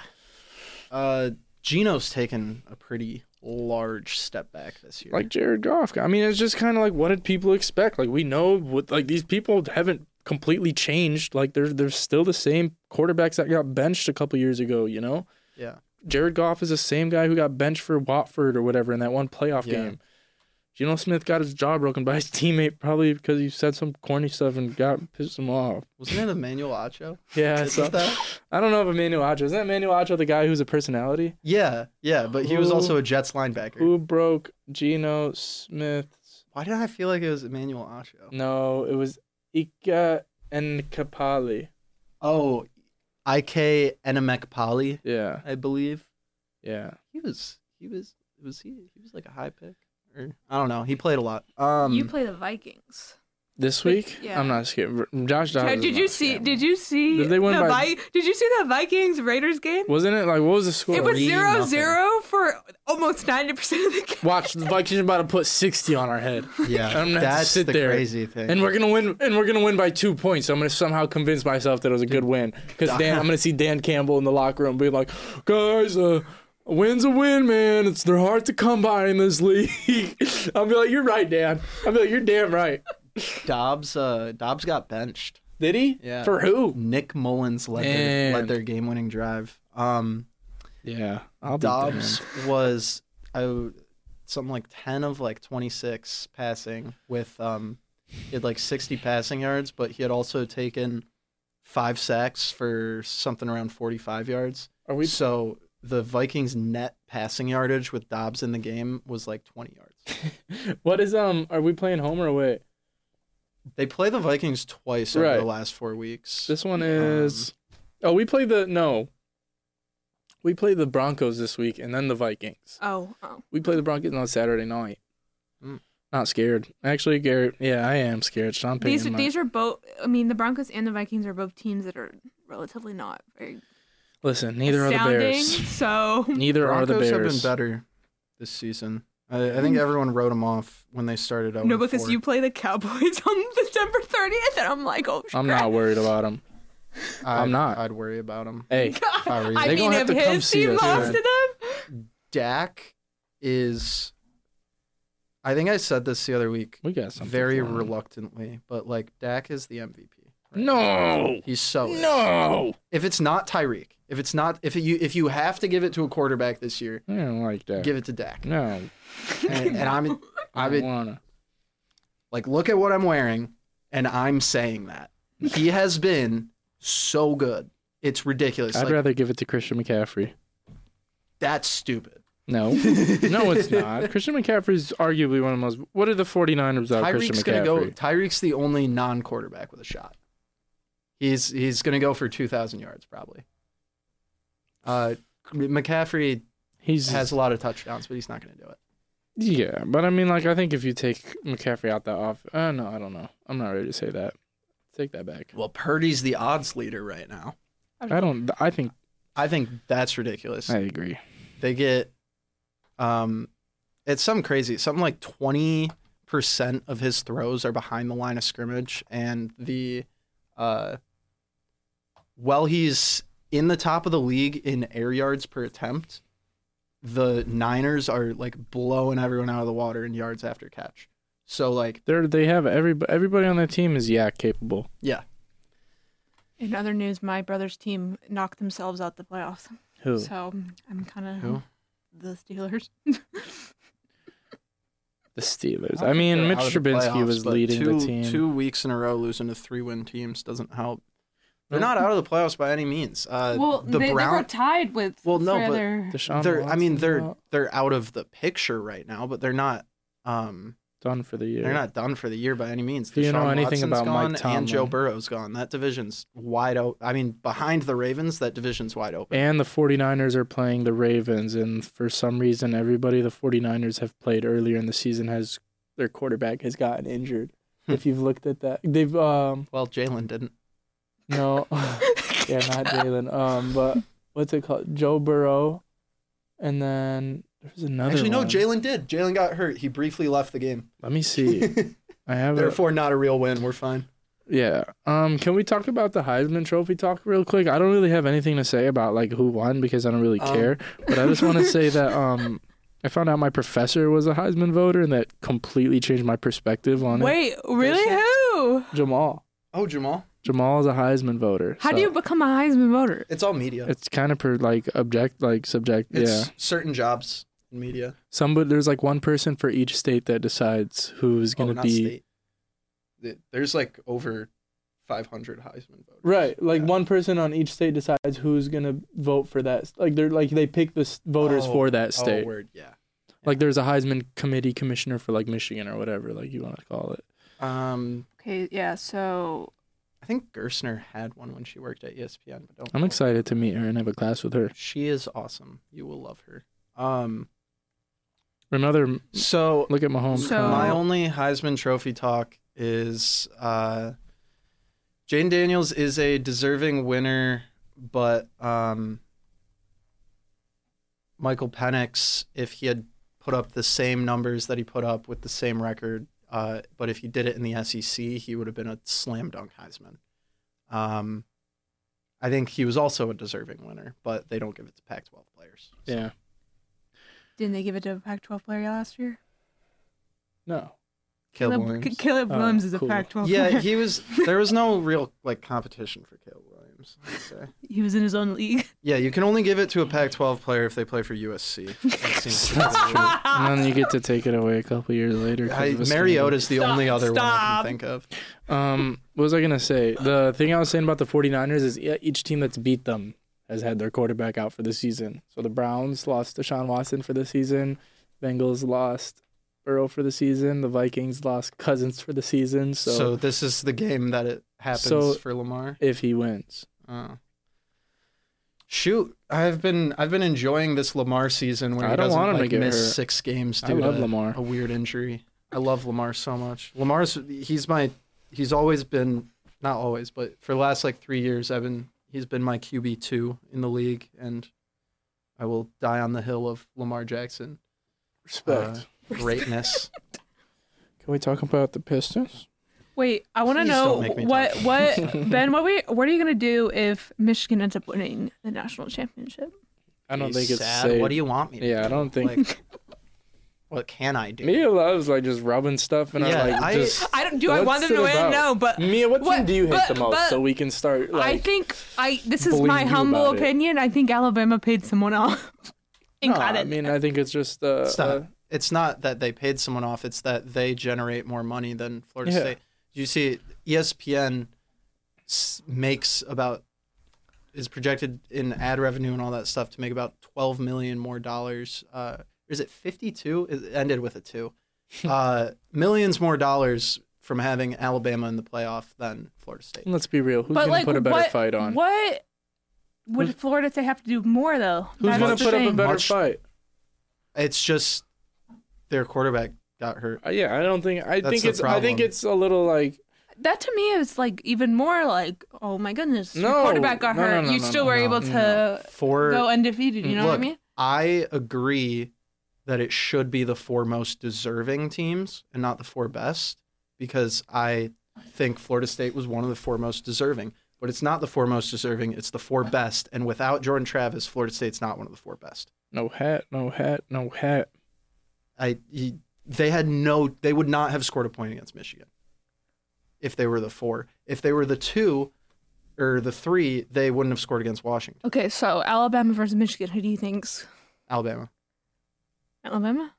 Uh, Gino's taken a pretty large step back this year.
like Jared Goff. I mean, it's just kind of like what did people expect? Like we know what like these people haven't completely changed. Like they're they're still the same quarterbacks that got benched a couple years ago. You know,
yeah.
Jared Goff is the same guy who got benched for Watford or whatever in that one playoff
Yeah.
game. Geno Smith got his jaw broken by his teammate probably because he said some corny stuff and got pissed him off.
Wasn't it Emmanuel Acho?
Yeah,
Isn't
so
that-
I don't know if Emmanuel Acho is that Emmanuel Acho the guy who's a personality
Yeah, yeah, but he was
Who-
also a Jets linebacker.
who broke Geno Smith's
Why did I feel like it was Emmanuel Acho?
No, it was Ika and Kapali.
Oh, I.K. Enemekpali,
Yeah,
I believe.
yeah.
He was, he was, was he, he was like a high pick? Or, I don't know. He played a lot. Um,
you play the Vikings.
This week?
yeah.
I'm not scared. Josh Dobbs. is
Did you
not
see?
scamming.
Did you see
Did they win
the
by-
Vi- Did you see the Vikings Raiders game?
Wasn't it like what was the score?
It was
Three
zero
nothing.
zero for almost ninety percent of the game.
Watch the Vikings about to put 60 on our head,
Yeah,
I'm gonna have to
that's
sit
the
there
crazy thing.
and we're gonna win. And we're gonna win by two points. I'm gonna somehow convince myself that it was a good win because Dan. I'm gonna see Dan Campbell in the locker room being like, "Guys, uh, a win's a win, man. It's they're hard to come by in this league." I'll be like, "You're right, Dan." I'll be like, "You're damn right."
Dobbs, uh, Dobbs got benched.
Did he?
Yeah.
For who?
Nick Mullins led
Man.
their, led their game-winning drive. Um,
Yeah. I'll
Dobbs was I, w- something like ten of like twenty-six passing with um, he had like sixty passing yards, but he had also taken five sacks for something around forty-five yards.
Are we?
so the Vikings' net passing yardage with Dobbs in the game was like twenty yards.
What is um? Are we playing home or away?
They play the Vikings twice over
Right.
the last four weeks.
This one is.
Um,
oh, we play the no. We play the Broncos this week, and then the Vikings.
Oh, oh.
We play the Broncos on Saturday night.
Mm.
Not scared, actually, Garrett. Yeah, I am scared. Sean Payton.
these are,
might-
these are both. I mean, the Broncos and the Vikings are both teams that are relatively not very
Listen, neither
astounding.
are the Bears.
So
Neither
Broncos
are the
have
Bears.
been better this season. I, I think everyone wrote them off when they started out.
no, because you play the Cowboys on December thirtieth, and I'm like, oh,
I'm
crap.
not worried about them.
I'd,
I'm not.
I'd worry about them.
Hey,
I really-
I
They
mean,
gonna
if
have to come
his
see
team
us,
lost
man.
to them,
Dak is. I think I said this the other week,
we got something.
very
for 'em.
reluctantly, but like Dak is the MVP. right?
No,
he's so is.
no.
If it's not Tyreek, if it's not if you if you have to give it to a quarterback this year,
I don't like that.
give it to Dak.
no,
And, and I'm
I
I'm in-
don't wanna.
Like, look at what I'm wearing, and I'm saying that. He has been so good. It's ridiculous.
I'd
like,
rather give it to Christian McCaffrey.
that's stupid.
No, no, it's not. Christian McCaffrey is arguably one of the most. What are the 49ers without Oh, Christian
Tyreek's gonna
McCaffrey?
go Tyreek's the only non quarterback with a shot. He's he's gonna go for two thousand yards probably. Uh McCaffrey
He's
has a lot of touchdowns, but he's not gonna do it.
yeah, but I mean, like, I think if you take McCaffrey out that off, uh, no, I don't know. I'm not ready to say that. Take that back.
Well, Purdy's the odds leader right now.
I don't. I think
I think that's ridiculous.
I agree.
They get um it's some crazy something like twenty percent of his throws are behind the line of scrimmage and the uh while he's in the top of the league in air yards per attempt, the Niners are like blowing everyone out of the water in yards after catch. So like
They're they have every everybody on that team is yeah capable.
yeah.
In other news, my brother's team knocked themselves out the playoffs,
Who?
so I'm kind
Who?
of the Steelers.
The Steelers. I mean, Mitch Trubisky was leading
two,
the team.
Two weeks in a row losing to three win teams doesn't help. They're
No.
not out of the playoffs by any means. Uh,
well,
the
they, they were
Brown,
tied with.
Well, no,
for
but
their-
Deshaun
they're I mean
Watson's
they're
out.
they're out of the picture right now, but they're not
uh,
um
done for the year.
they're not done for the year by any means.
If you know
Deshaun
anything
Watson's
about
gone
Mike
and Joe
Tomlin.
Burrow's gone. That division's wide open. I mean, behind the Ravens, that division's wide open.
And the 49ers are playing the Ravens, and for some reason, everybody the 49ers have played earlier in the season has their quarterback has gotten injured.
Hmm.
if you've looked at that, they've um
Well, Jalen didn't.
no, yeah, not Jalen. Um, but what's it called? Joe Burrow, and then there's another.
Actually, no,
one.
Jalen did. Jalen got hurt. He briefly left the game.
Let me see. I have a,
Therefore, not a real win. We're fine.
yeah. Um, can we talk about the Heisman Trophy talk real quick? I don't really have anything to say about like who won because I don't really
Um.
care. But I just want to say that um, I found out my professor was a Heisman voter, and that completely changed my perspective on it.
Wait, really? Who?
Jamal.
Oh, Jamal.
Jamal is a Heisman voter.
How do
so
you become a Heisman voter?
It's all media.
It's kind of per like object, like subject.
It's
yeah.
certain jobs in media.
Somebody, there's like one person for each state that decides who's
Oh,
gonna
not
be.
state. Th- There's like over 500 Heisman voters.
Right, like
Yeah.
one person on each state decides who's gonna vote for that. Like they're like they pick the s- voters
Oh,
for that
Oh,
state.
word, yeah.
like there's a Heisman committee commissioner for like Michigan or whatever, like you want to call it.
Um,
Okay, yeah. So
I think Gerstner had one when she worked at E ESPN, but don't.
I'm
know.
excited to meet her and have a class with her.
She is awesome. You will love her. Um,
Another
so
look at Mahomes.
So-
comment.
my only Heisman Trophy talk is uh, Jane Daniels is a deserving winner, but um, Michael Penix, if he had put up the same numbers that he put up with the same record, uh, but if he did it in the SEC, he would have been a slam dunk Heisman. Um, I think he was also a deserving winner, but they don't give it to Pac-12 players. So-
Yeah.
Didn't they give it to a Pac-12 player last year?
No.
Caleb Williams.
Caleb
Oh,
Williams is a
cool.
Pac-12
yeah,
player.
he was. There was no real like competition for Caleb Williams. I'd say.
He was in his own league.
Yeah, you can only give it to a Pac-12 player if they play for USC. That seems pretty true.
And then you get to take it away a couple years later. 'cause
I,
of a
Mariota's the
Stop,
only other one I
stop.
can think of.
scandal. Um, what was I gonna say? The thing I was saying about the 49ers is yeah, each team that's beat them has had their quarterback out for the season. So the Browns lost Deshaun Watson for the season. Bengals lost Burrow for the season. The Vikings lost Cousins for the season.
So,
So,
this is the game that it happens
So-
for Lamar.
if he wins,
Oh. Shoot, I've been I've been enjoying this Lamar season where
I
he
don't
doesn't
want him to
like,
get
miss
hurt.
six games
I
due
love
to
Lamar.
a weird injury. I love Lamar so much. Lamar's he's my he's always been not always, but for the last like three years, I've been he's been my QB two in the league, and I will die on the hill of Lamar Jackson
respect.
uh, greatness.
Can we talk about the Pistons?
Wait, I want to
Please
know
don't make me
what
talk.
what Ben, what we what are you gonna do if Michigan ends up winning the national championship?
I don't
He's
think it's
sad.
safe.
What do you want me? to
Yeah, I
do?
don't think-
Like, what can I do?
Mia loves like just rubbing stuff, and
Yeah,
I'm like
I-
just.
I don't do I
What's
want them
it
to win?
about?
No, but
Hmm.
Mia, what, team
What-
do you hate
but-
the most?
but-
so we can start. Like,
I think I this is
believe
my
you
humble
about it.
opinion. I think Alabama paid someone off and
No,
got
I
it.
mean, I think it's just. Uh,
It's
uh,
not, it's not that they paid someone off. It's that they generate more money than Florida
Yeah.
State. You see, E ESPN s- makes about is projected in ad revenue and all that stuff to make about twelve million more dollars. Uh, is it fifty two? It ended with a two. Uh, millions more dollars from having Alabama in the playoff than Florida State.
let's be real. Who's
but
gonna
like,
put a better
what,
fight on?
What would Florida State have to do more though?
Who's
That's
gonna
the
put up a
thing.
better
Much-
fight?
It's just their quarterback got hurt.
Uh, yeah, I don't think. I
That's
think
the
it's. I think
problem.
it's a little like.
That to me is like even more like, oh my goodness, your
No,
quarterback got
no, no,
hurt.
no,
you
no,
still
no,
were
no,
able to
Four
go undefeated. You know what I
Look,
mean?
I agree that it should be the four most deserving teams and not the four best because I think Florida State was one of the four most deserving. But it's not the four most deserving, it's the four best. And without Jordan Travis, Florida State's not one of the four best.
No hat. No hat. No hat.
I he, they had no they would not have scored a point against Michigan if they were the four. If they were the two or the three, they wouldn't have scored against Washington.
Okay, so Alabama versus Michigan. Who do you think's
Alabama.
Alabama?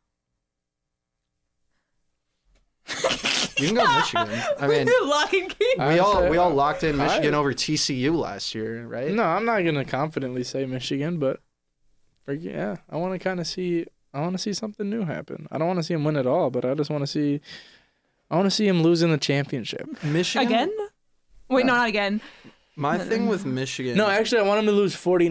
You can go Michigan. I mean
lock and key.
I
we all
say-
we all locked in
I-
Michigan over TCU last year, right?
No, I'm not gonna confidently say Michigan, but. for- Yeah, I want to kind of see. I want to see something new happen. I don't want to see him win at all, but I just want to see. I want to see him losing the championship.
Michigan
Again? Wait, no, not again.
My thing with Michigan.
No, actually, I want him to lose 49-0,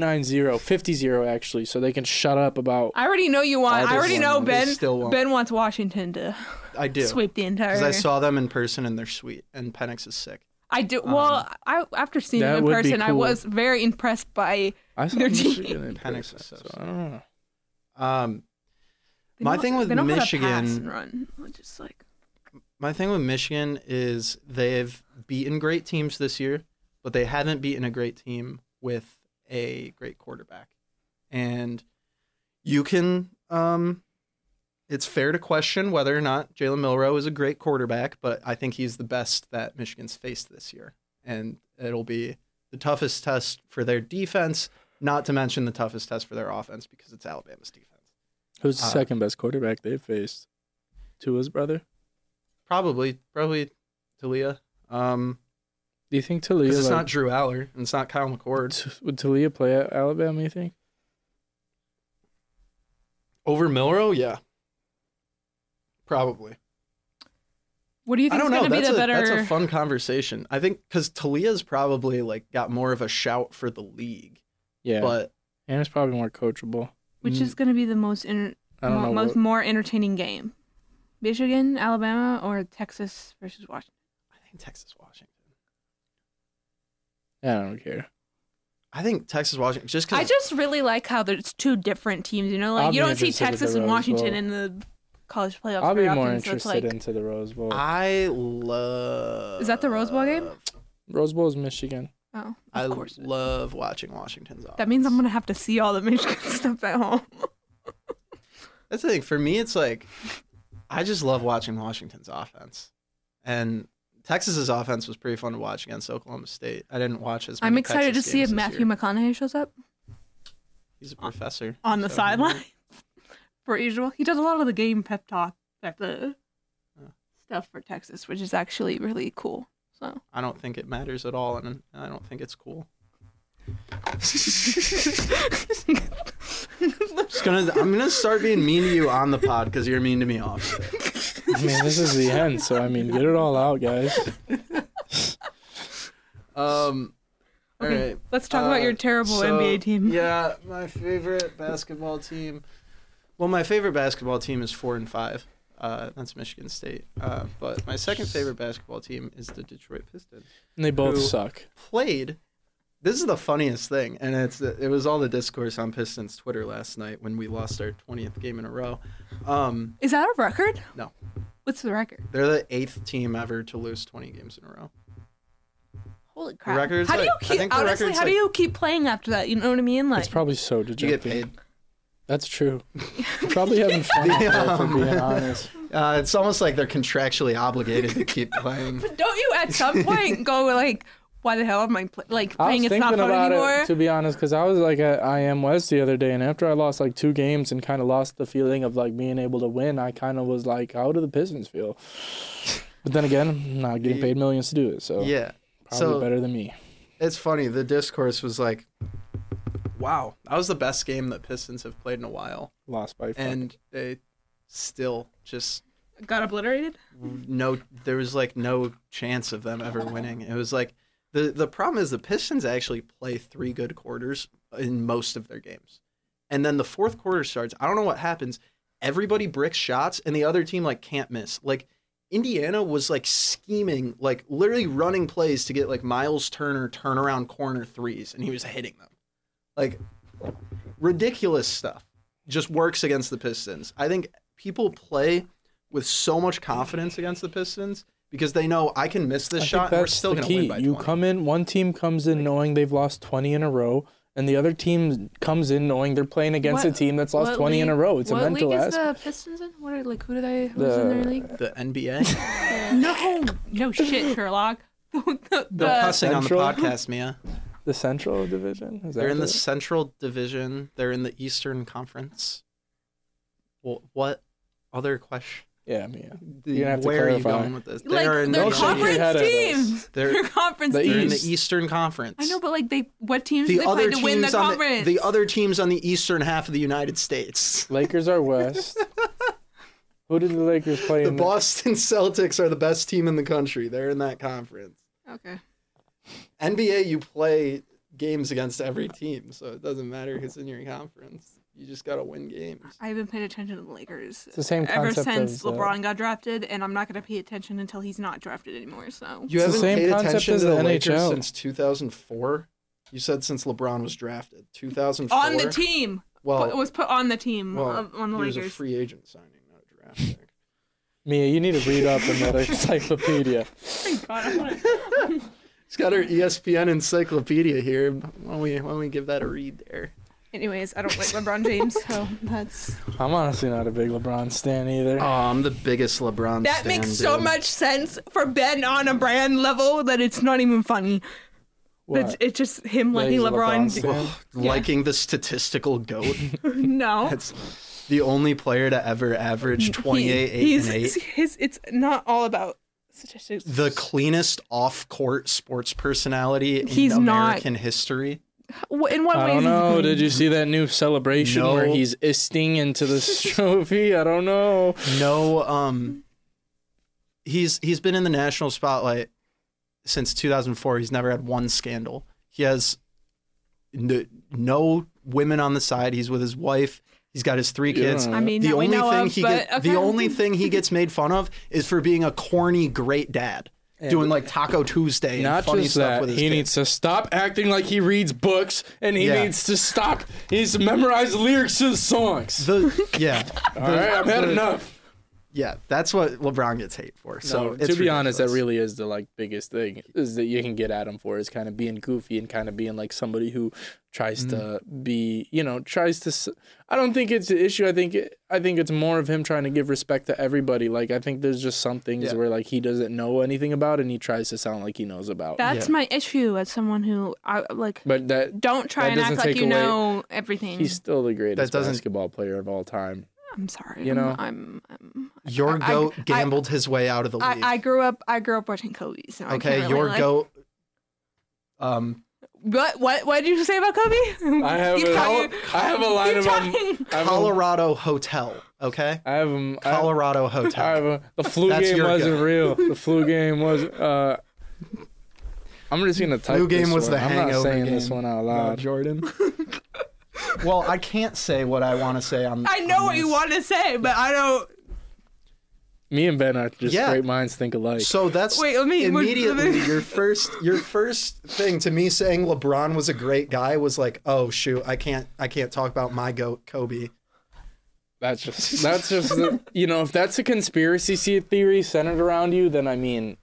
50-0, actually, so they can shut up about.
I already know you want.
I
I already
just-
know
I
Ben.
still won't.
Ben wants Washington to
I do
sweep the entire.
because I saw them in person and they're sweet. And Penix is sick.
I do. Well,
Uh-huh.
I after seeing him
That
in
would be
person, I
cool.
was very impressed by.
I saw
Their team.
Michigan in
Panic
person, so
success.
I don't know.
Um,
they
My
don't-
thing with
they don't have a pass
Michigan-
and run, which is like
my thing with Michigan is they've beaten great teams this year, but they haven't beaten a great team with a great quarterback. And you can, um, it's fair to question whether or not Jalen Milrow is a great quarterback, but I think he's the best that Michigan's faced this year. And it'll be the toughest test for their defense, not to mention the toughest test for their offense because it's Alabama's defense.
Who's the
Uh,
second best quarterback they faced? Tua's brother.
Probably, probably Talia. Um,
Do you think Talia?
'cause it's
like-
not Drew Aller and it's not Kyle McCord.
T- would Talia play at Alabama? You think?
Over Milrow, yeah. Probably.
What do you
I
think is
don't know.
going to be
That's
the
a,
better?
that's a fun conversation. I think because Talia's probably like got more of a shout for the league,
Yeah,
but
and it's probably more coachable.
which
Mm.
is going to be the most inter-
I don't
mo-
know.
most
what-
more entertaining game? Michigan, Alabama, or Texas versus Washington?
Texas, Washington.
I don't care.
I think Texas, Washington, just
I
because
just really like how there's two different teams. You know, like
I'll
you
be
don't see
interested in the
Texas and
Rose
Washington
Bowl.
in the college playoffs.
I'll be
very
more
often, so it's
interested
like,
into the Rose Bowl.
I love.
Is that the Rose Bowl game?
Rose Bowl is Michigan.
Oh,
I
of course.
love watching Washington's offense.
That means I'm gonna have to see all the Michigan stuff at home.
That's the thing. For me, it's like I just love watching Washington's offense, and Texas's offense was pretty fun to watch against Oklahoma State. I didn't watch as. Many
I'm excited
Texas
to see if
games this
Matthew
year.
McConaughey shows up
He's a professor
on the
so-
sideline for usual. He does a lot of the game pep talk at the
Yeah.
stuff for Texas, which is actually really cool. So
I don't think it matters at all, and I don't think it's cool. Just gonna, I'm gonna start being mean to you on the pod because you're mean to me off.
I mean, this is the end, so I mean, get it all out, guys.
Um, all
Okay,
right.
let's talk about
Uh,
your terrible
So,
NBA team.
Yeah, my favorite basketball team. Well, my favorite basketball team is four and five. Uh, that's Michigan State. Uh, but my second favorite basketball team is the Detroit Pistons.
And they both
Who-
suck.
Played. This is the funniest thing, and it's it was all the discourse on Pistons Twitter last night when we lost our twentieth game in a row. Um,
Is that a record?
No.
What's the record?
they're the eighth team ever to lose twenty games in a row.
Holy crap!
record's
how do you
like- I
keep
think the
honestly?
record's
How do
like-
you keep playing after that? You know what I mean? Like
It's probably so
You get
dejecting.
paid.
That's true. probably having fun out there, for being honest.
Uh, it's almost like they're contractually obligated to keep playing.
Don't you at some point go like, why the hell am I pl- like
I was
playing? It's
thinking
not fun
about
anymore.
it to be honest, because I was like at I am West the other day, and after I lost like two games and kind of lost the feeling of like being able to win, I kind of was like, how do the Pistons feel? But then again, I'm not getting paid millions to do it, so
Yeah.
probably
so-
better than me.
It's funny. The discourse was like, "Wow, that was the best game that Pistons have played in a while,"
Lost by five.
and they still just
Got obliterated.
no. There was like no chance of them ever winning. It was like the the problem is the Pistons actually play three good quarters in most of their games, and then the fourth quarter starts. I don't know what happens. Everybody bricks shots, and the other team like can't miss. Like Indiana was like scheming, like literally running plays to get like Miles Turner turnaround corner threes, and he was hitting them. Like ridiculous stuff just works against the Pistons. I think people play with so much confidence against the Pistons because they know I can miss this
I
shot
think
and we're
that's
still
the
going to win
key.
by
You
20.
come in, one team comes in knowing they've lost 20 in a row, and the other team comes in knowing they're playing against
What-
a team that's lost
what
20 in a
league-
row. It's a
what
mental
league
ass.
is the Pistons in? What are like who do they who's in their
The-
league?
the NBA.
No, no shit, Sherlock. The, the,
No cussing on the
Central?
podcast, Mia.
The Central Division? Is that
They're in the
it?
Central Division. They're in the Eastern Conference. Well, what other question?
Yeah, I mean, yeah.
The-
You're gonna have to
where are you
clarify.
going with this?
like
they're in
their
no
the,
shake your
conference
head at us.
teams.
They're-
Their conference
The
they're in
teams.
the Eastern Conference.
I know, but like they what teams do
the
they
other
play to win the
teams on the,
conference?
the other teams on the eastern half of the United States.
Lakers are West. Who did the Lakers play
The
in?
Boston Celtics are the best team in the country. They're in that conference.
okay.
NBA, you play games against every team, so it doesn't matter who's in your conference. You just gotta win games.
I haven't paid attention to the Lakers
the same
ever
concept
since
as, uh,
LeBron got drafted, and I'm not going to pay attention until he's not drafted anymore. So
You
It's the
haven't
same
paid
concept
attention
as
to the
the
Lakers
NHL.
since 2004. You said since LeBron was drafted, 2004.
on the team,
Well,
Oh.
put, was put on the team
well,
of- on the
he was a
Lakers.
free agent signing, not a draft pick.
Mia, you need to read up in that encyclopedia.
God, I wanna-
He's got our E ESPN encyclopedia here. Why don't we, why don't we give that a read there?
Anyways, I don't like LeBron James, so that's
I'm honestly not a big LeBron stan either.
Oh, I'm the biggest LeBron.
that
stan,
makes so
dude.
much sense for Ben on a brand level that it's not even funny. It's,
What?
it's just him
That
liking
he's a
LeBron.
LeBron
d-
stan?
Liking the statistical goat.
no,
That's the only player to ever average 28,
He-
8, and 8.
His, it's not all about statistics.
The cleanest off-court sports personality in
He's not-
American history.
W- In what
I
way?
don't
is he
know.
clean?
Did you see that new celebration
No.
where he's isting into this trophy? I don't know.
No, um, he's he's been in the national spotlight since 2004. He's never had one scandal. He has no, no women on the side. He's with his wife. He's got his three
Yeah.
kids.
I mean,
the
that we
only
know
thing
of,
he
but
get-
okay.
the only thing he gets made fun of is for being a corny great dad. doing like Taco Tuesday and
Not
funny
just
stuff
that,
with
he
his kids.
needs to stop acting like he reads books, and he
Yeah.
needs to stop. He needs to memorize lyrics to the songs.
the yeah,
All right, I've had
the-
enough.
yeah. That's what LeBron gets hate for. So
So,
it's
to be honest, that
ridiculous.
really is the like biggest thing is that you can get at him for is kind of being goofy and kind of being like somebody who tries to
Mm.
be, you know, tries to. s- I don't think it's an issue. I think it, I think it's more of him trying to give respect to everybody. Like I think there's just some things
Yeah.
where like he doesn't know anything about and he tries to sound like he knows about.
That's
Yeah.
my issue as someone who I like.
but that
Don't try
That
and
doesn't
act like
take
you
away-
know everything.
He's still the greatest
doesn't-
basketball player of all time.
I'm sorry.
you
I'm-
know.
I'm. I'm
your
I- I-
goat
I-
gambled his way out of the league.
I, I grew up. I grew up watching Kobe. So I
okay,
can't really,
your
like-
goat. Um,
What? What? What did you say about Kobe?
I have
Keep
a-
talking.
I have a line
Keep
about-
talking.
I have him.
Colorado hotel. Okay,
I have him. I have,
Colorado
I
hotel.
have him. The flu
That's
game
your
wasn't
guy.
real. The flu game was. Uh, I'm just gonna type.
Flu game
this one.
was the
I'm not
hangover
saying this
game.
one out
Uh,
loud.
Jordan. well, I can't say what I want to say. On
I know
on
what you
this.
want to say, but I don't.
Me and Ben are just
Yeah.
great minds think alike.
So that's
Wait, let me- let me-
immediately
let me-
your first your first thing to me saying LeBron was a great guy was like, oh shoot, I can't I can't talk about my goat Kobe.
That's just that's just the, you know if that's a conspiracy se- theory centered around you, then I mean,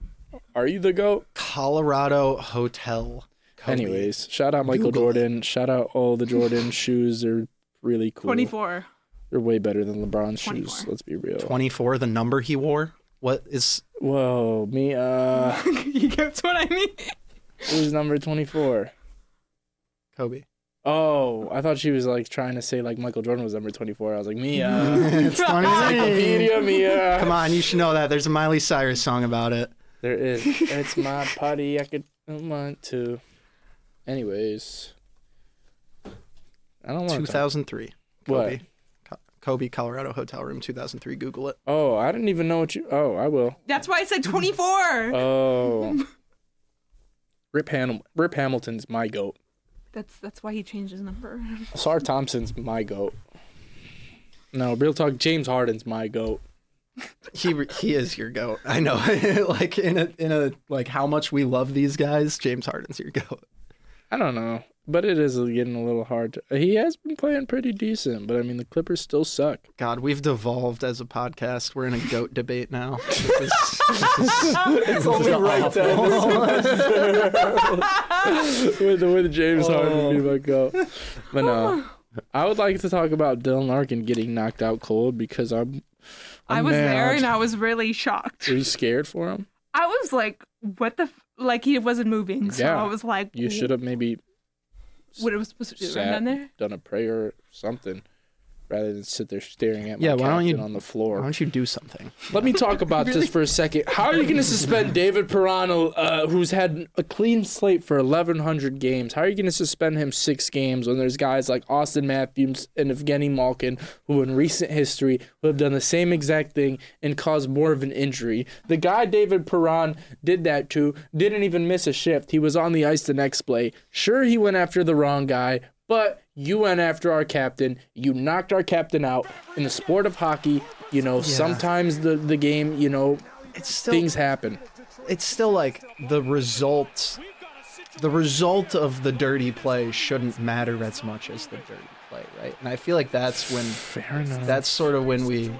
are you the goat?
Colorado hotel. Kobe.
Anyways, shout out Michael
Google it.
Jordan. Shout out all the Jordan shoes. They're really cool.
24.
They're way better than LeBron's shoes.
24.
Let's be real.
twenty four, the number he wore. What is
Whoa, me. Uh,
you get what I mean?
Who's number 24?
Kobe?
Oh, I thought she was like trying to say like Michael Jordan was number 24. I was like, Mia.
it's 20.
Wikipedia, Mia.
Come on, you should know that. There's a Miley Cyrus song about it.
There is. It's my party. I could I want to. Anyways. I don't want to.
2003.
What?
Kobe. Co- Kobe Colorado hotel room 2003. Google it.
Oh, I didn't even know what you. Oh, I will.
That's why I said 24.
Oh. Rip, Ham- Rip Hamilton's my goat.
That's that's why he changed his number.
Sar Thompson's my goat. No, real talk. James Harden's my goat.
He re- he is your goat. I know. like in a in a like how much we love these guys. James Harden's your goat.
I don't know, but it is getting a little hard. To, he has been playing pretty decent, but I mean the Clippers still suck.
God, we've devolved as a podcast. We're in a goat debate now. This is-
It's only right to with with James
Oh.
Harden being my goat. But no,
Oh.
I would like to talk about Dylan Larkin getting knocked out cold because I'm.
I was there
mad.
and I was really shocked.
Were you scared for him?
I was like, what the f-? like he wasn't moving. So
Yeah.
I was like,
You should have maybe
What it was supposed to do? Run
sat-
down there?
done a prayer or something rather than sit there staring at my
Yeah,
captain
why don't you-
on the
Why
floor.
don't you do something?
Let me talk about this for a second. How are you going to suspend David Perrano, uh, who's had a clean slate for 1,100 games? How are you going to suspend him six games when there's guys like Austin Matthews and Evgeny Malkin, who in recent history who have done the same exact thing and caused more of an injury? The guy David Perron did that to didn't even miss a shift. He was on the ice the next play. Sure, he went after the wrong guy, but you went after our captain. You knocked our captain out. In the sport of hockey, you know, sometimes the, the game, you know,
It's still
things happen.
it's still like the result the result of the dirty play shouldn't matter as much as the dirty play, right? And I feel like that's when
Fair enough.
that's sort of when we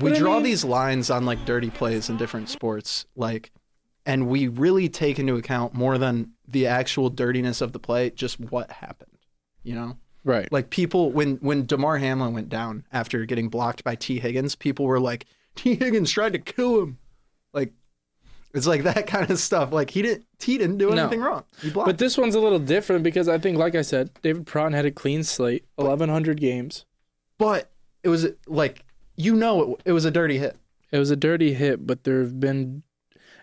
we
I
draw
mean-
these lines on like dirty plays in different sports like and we really take into account more than the actual dirtiness of the play just what happened you know
right.
like people when when demar hamlin went down after getting blocked by t higgins people were like t higgins tried to kill him like it's like that kind of stuff like he didn't t didn't do
No.
anything wrong he blocked
But this one's a little different because I think, like I said, David Perron had a clean slate, 1,100 games.
but it was like you know it, it was a dirty hit
It was a dirty hit, but there have been.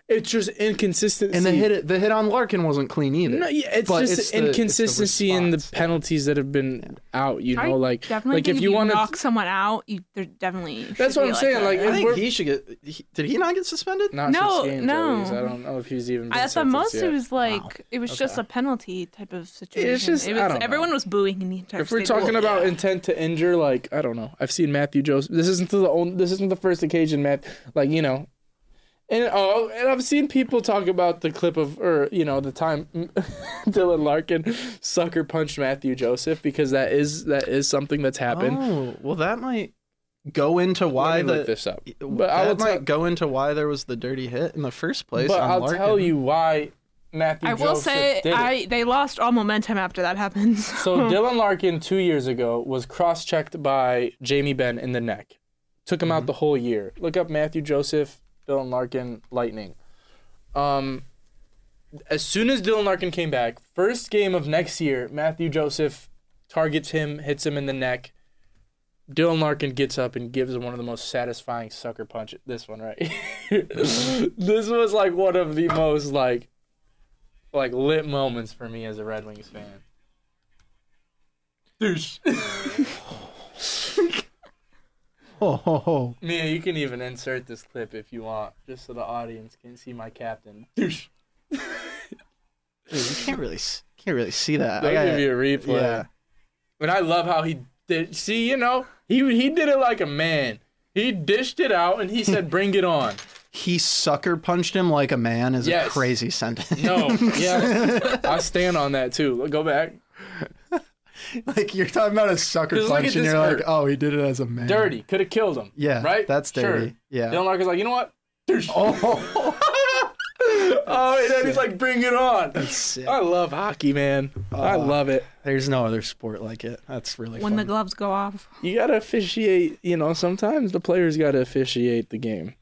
It's just inconsistency.
and the hit the hit on larkin wasn't clean either
No, yeah, it's
But
just
it's the- it's the
inconsistency in the
response.
penalties that have been out. You know,
I
like
definitely
like
think
if you want to.
knock someone out, you there definitely.
That's
should
what
be
I'm saying,
a-
like,
I
if-
I,
think
We're-
he should get. He, did he not get suspended?
Not
No,
six games,
no.
At least. I don't know if he's even. Been
thought most
sentenced
it
yet.
was like it was just a penalty type of situation.
just-
it was,
I don't know.
everyone was booing in the entire.
If we're
stadium.
talking about intent to injure, like I don't know, I've seen Matthew Joseph. This isn't the only, This isn't the first occasion, Matt. Like you know, And oh, and I've seen people talk about the clip of, or you know, the time Dylan Larkin sucker punched Matthew Joseph because that is that is something that's happened.
Oh, well, that might go into
Let
why
me
the
look this up?
but
But
that
I will
might
tell-
go into why there was the dirty hit in the first place.
But
on
I'll
Larkin.
tell you why Matthew.
I will
Joseph
say
did it.
I they lost all momentum after that happened.
So Dylan Larkin two years ago was cross-checked by Jamie Benn in the neck, took him out the whole year. Look up Matthew Joseph, Dylan Larkin, Lightning. Um, as soon as Dylan Larkin came back, first game of next year, Matthew Joseph targets him, hits him in the neck. Dylan Larkin gets up and gives him one of the most satisfying sucker punches. This one, right? this was like one of the most like, like lit moments for me as a Red Wings fan.
Ho, Oh, ho, ho.
Mia, you can even insert this clip if you want, just so the audience can see my captain.
Dude, you can't really s- can't really see that.
They'll
I
give
gotta-
you a replay.
yeah.
And I love how he did. See, you know, he he did it like a man. He dished it out and he said, "Bring it on."
He sucker punched him like a man is
Yes.
a crazy sentence.
No, yeah, I stand on that too. Go back,
like you're talking about a sucker
'Cause look at
punch, and
this
you're
hurt.
like, oh, he did it as a man.
dirty. Could have killed him.
Yeah,
right.
that's dirty.
Sure.
Yeah.
Dylan Larkin's like, you know what?
Oh,
Oh, and then he's like, "Bring it on."
sick.
I love hockey, man. I
Uh,
love it.
there's no other sport like it. That's really
when the
fun.
gloves go off.
You gotta officiate. You know, sometimes the players gotta officiate the game.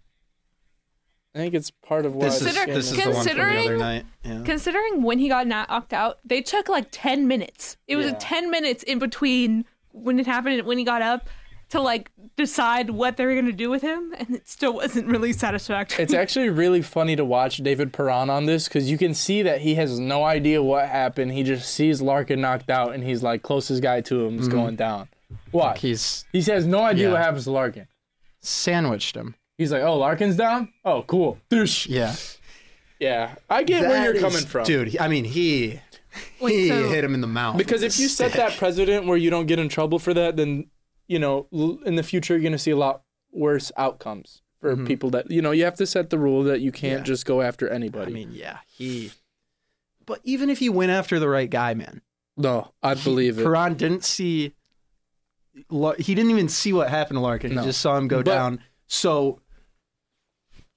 I think it's part of why.
this is,
the game
this is the one from the other
considering-
night. Yeah.
Considering when he got knocked out, they took like ten minutes. It was
Yeah.
ten minutes in between when it happened and when he got up to like decide what they were gonna do with him, and it still wasn't really satisfactory.
It's actually really funny to watch David Perron on this because you can see that he has no idea what happened. He just sees Larkin knocked out and he's like, closest guy to him is going down. Why? He
He's
has no idea
Mm-hmm. Yeah.
what happens to Larkin.
sandwiched him.
He's like, oh, Larkin's down? Oh, cool. Douche.
Yeah.
Yeah. I get where
That
you're
is-
coming from.
dude. he- I mean, he he
Wait, so-
hit him in the mouth.
Because if you set that precedent where you don't get in trouble for that, then you know l- in the future you're going to see a lot worse outcomes for people that you know you have to set the rule that you can't
Mm-hmm. Yeah.
just go after anybody.
I mean, yeah, he. But even if he went after the right guy, man,
no, I believe it.
Perron didn't see. Lar- He didn't even see what happened to Larkin.
No.
He just saw him go
But-
down. So,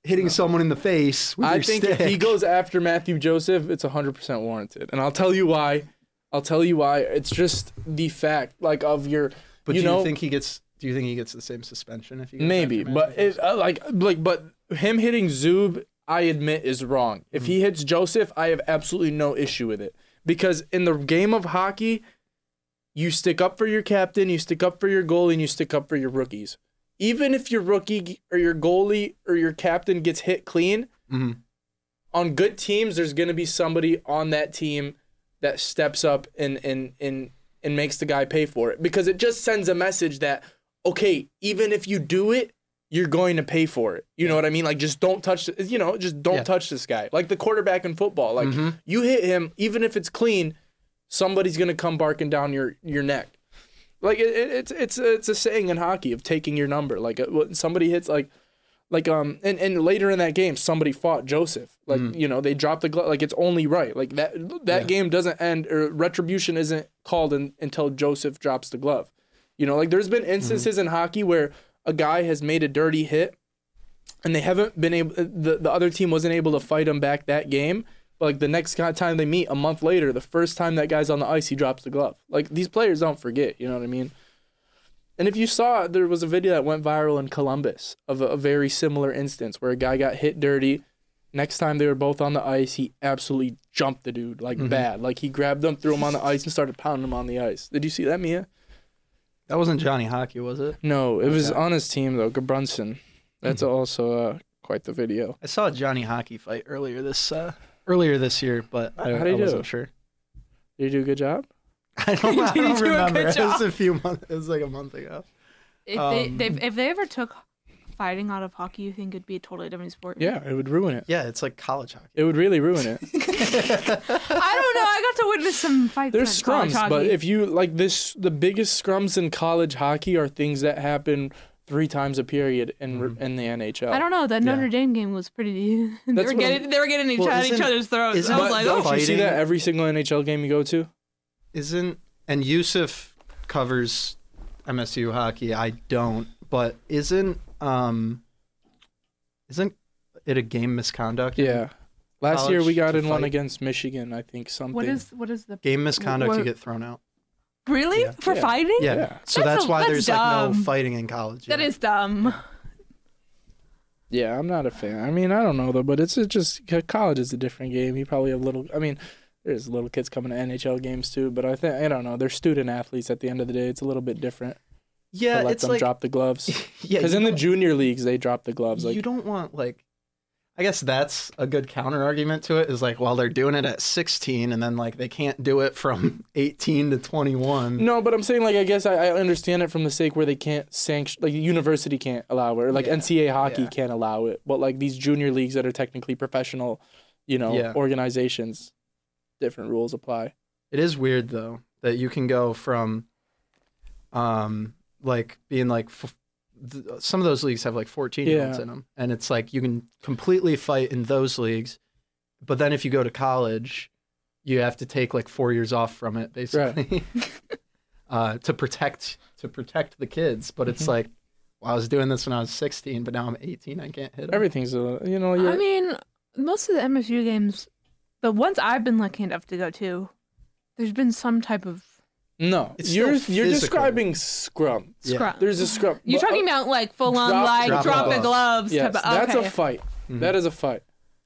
hitting someone in the face with
I
your
think
stick.
if he goes after Matthew Joseph, it's 100% warranted. And I'll tell you why. I'll tell you why. It's just the fact like of your
but
you
do
know
you think he gets? Do you think he gets the same suspension if he goes
maybe,
after
but
Matthews?
it, uh, like like but him hitting Zub, I admit is wrong. If he hits Joseph, I have absolutely no issue with it because in the game of hockey, you stick up for your captain, you stick up for your goalie, and you stick up for your rookies. Even if your rookie g- or your goalie or your captain gets hit clean,
Mhm.
on good teams, there's going to be somebody on that team that steps up and and and and makes the guy pay for it because it just sends a message that okay, even if you do it, you're going to pay for it. You know what I mean? Like just don't touch th- you know, just don't
Yeah.
touch this guy. Like the quarterback in football, like you hit him even if it's clean, somebody's going to come barking down your your neck. Like it, it, it's it's it's a saying in hockey of taking your number. Like uh, when somebody hits like like um and, and later in that game somebody fought Joseph. Like you know they dropped the glove. Like it's only right. Like that that game doesn't end or retribution isn't called in, until Joseph drops the glove. You know like there's been instances in hockey where a guy has made a dirty hit and they haven't been able the, the other team wasn't able to fight him back that game but like the next co- time they meet a month later the first time that guy's on the ice he drops the glove like these players don't forget you know what i mean and if you saw there was a video that went viral in columbus of a, a very similar instance where a guy got hit dirty next time they were both on the ice he absolutely jumped the dude like bad like he grabbed them threw him on the ice and started pounding him on the ice did you see that mia
that wasn't Johnny Hockey, was it?
no it was on his team though gabrunson that's also uh, quite the video
I saw a Johnny Hockey fight earlier this uh, earlier this year, but I,
How'd
I
he do?
wasn't sure.
did you do a good job
I don't, I
Did he
don't
do a
remember.
good
It was
job?
a few months. It was like a month ago.
If they
Um,
they if they ever took fighting out of hockey, you think it'd be a totally different sport?
Yeah, it would ruin it.
Yeah, it's like college hockey.
It would really ruin it.
I don't know. I got to witness some fights.
There's
at college
scrums,
hockey.
but if you like this, the biggest scrums in college hockey are things that happen three times a period in re- in the NHL.
I don't know. That
Yeah.
Notre Dame game was pretty. they were
That's what I'm-
getting they were getting each
Well,
at each
isn't-
other's throats.
isn't
I
But
was like,
the
oh,
don't you see
fighting-
that every single NHL game you go to?
Isn't and Yusuf covers MSU hockey. I don't, but isn't um isn't it a game misconduct?
Yeah. Last year we
College
got
to
in one
fight.
against Michigan, I think something.
what is what is the
Game misconduct,
What-
you get thrown out.
really
Yeah.
for
Yeah.
fighting?
Yeah.
Yeah.
So
That's
that's,
a-
why
that's
there's like
dumb.
no fighting in college.
That
yeah.
is dumb.
Yeah, I'm not a fan. I mean, I don't know though, but it's it just co- college is a different game. You probably have little. I mean, there's little kids coming to NHL games too, but I think I don't know. They're student athletes at the end of the day. It's a little bit different.
yeah,
to let
it's
them
like
drop the gloves
yeah,
because
you
in the
don't-
junior leagues they drop the gloves. Like
you don't want like I guess that's a good counter argument to it is like well they're doing it at 16 and then like they can't do it from 18 to 21.
No, but I'm saying like I guess I, I understand it from the sake where they can't sanction like university can't allow it or like
Yeah,
NCAA hockey
yeah.
can't allow it, but like these junior leagues that are technically professional, you know,
Yeah.
organizations, different rules apply.
It is weird though that you can go from um like being like f- th- some of those leagues have like 14 year olds
Yeah.
in them and it's like you can completely fight in those leagues but then if you go to college you have to take like 4 years off from it basically uh to protect to protect the kids but it's
Mhm.
like well, I was doing this when I was 16 but now I'm 18 I can't hit 'em.
Everything's a you know you're,
I mean, most of the MSU games, the ones I've been lucky enough to go to, there's been some type of
no
It's
you're
still
you're
physical.
describing scrum.
Yeah.
scrum.
There's a scrum.
You're
But-
talking about like full on
Drop-
like
drop
drop,
the
the gloves
yes,
type of okay.
that's a fight.
Mhm.
That is a fight.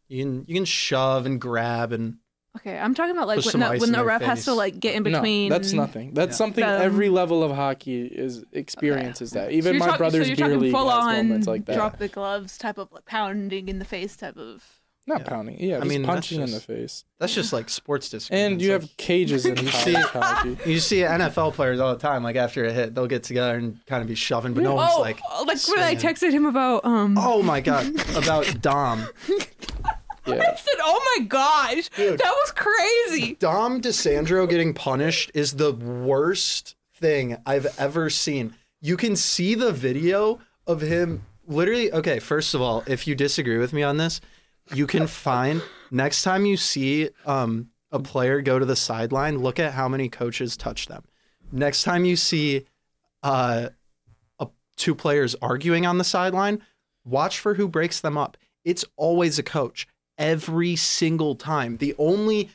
you can you can shove and grab and
okay, I'm talking about like
Push
when
some
the,
ice
when
in
the
their
ref has to
face.
like get in
No,
between.
that's nothing. That's
Yeah.
something
Them.
every level of hockey is experiences that. Even
So you're
my
talk-
brother's
so you're
beer
talking
league
full
has
on
moments like that.
drop the gloves type of like, pounding in the face type of.
Not
Yeah.
pounding. Yeah,
I
just
mean, that's
punching in the
just-
face.
that's just like sports disagreements.
And you
Like,
have cages in college
see-
hockey.
You see NFL players all the time, like after a hit, they'll get together and kind of be shoving, but no one's
oh,
like,
oh, like when I
swinging.
texted him about um.
oh my God, about Dom.
Yeah.
I said, oh my gosh,
Dude.
that was crazy.
Dom DeSandro getting punished is the worst thing I've ever seen. You can see the video of him literally. Okay, first of all, if you disagree with me on this, you can find next time you see um, a player go to the sideline, look at how many coaches touch them. Next time you see uh, a, two players arguing on the sideline, watch for who breaks them up. It's always a coach every single time. The only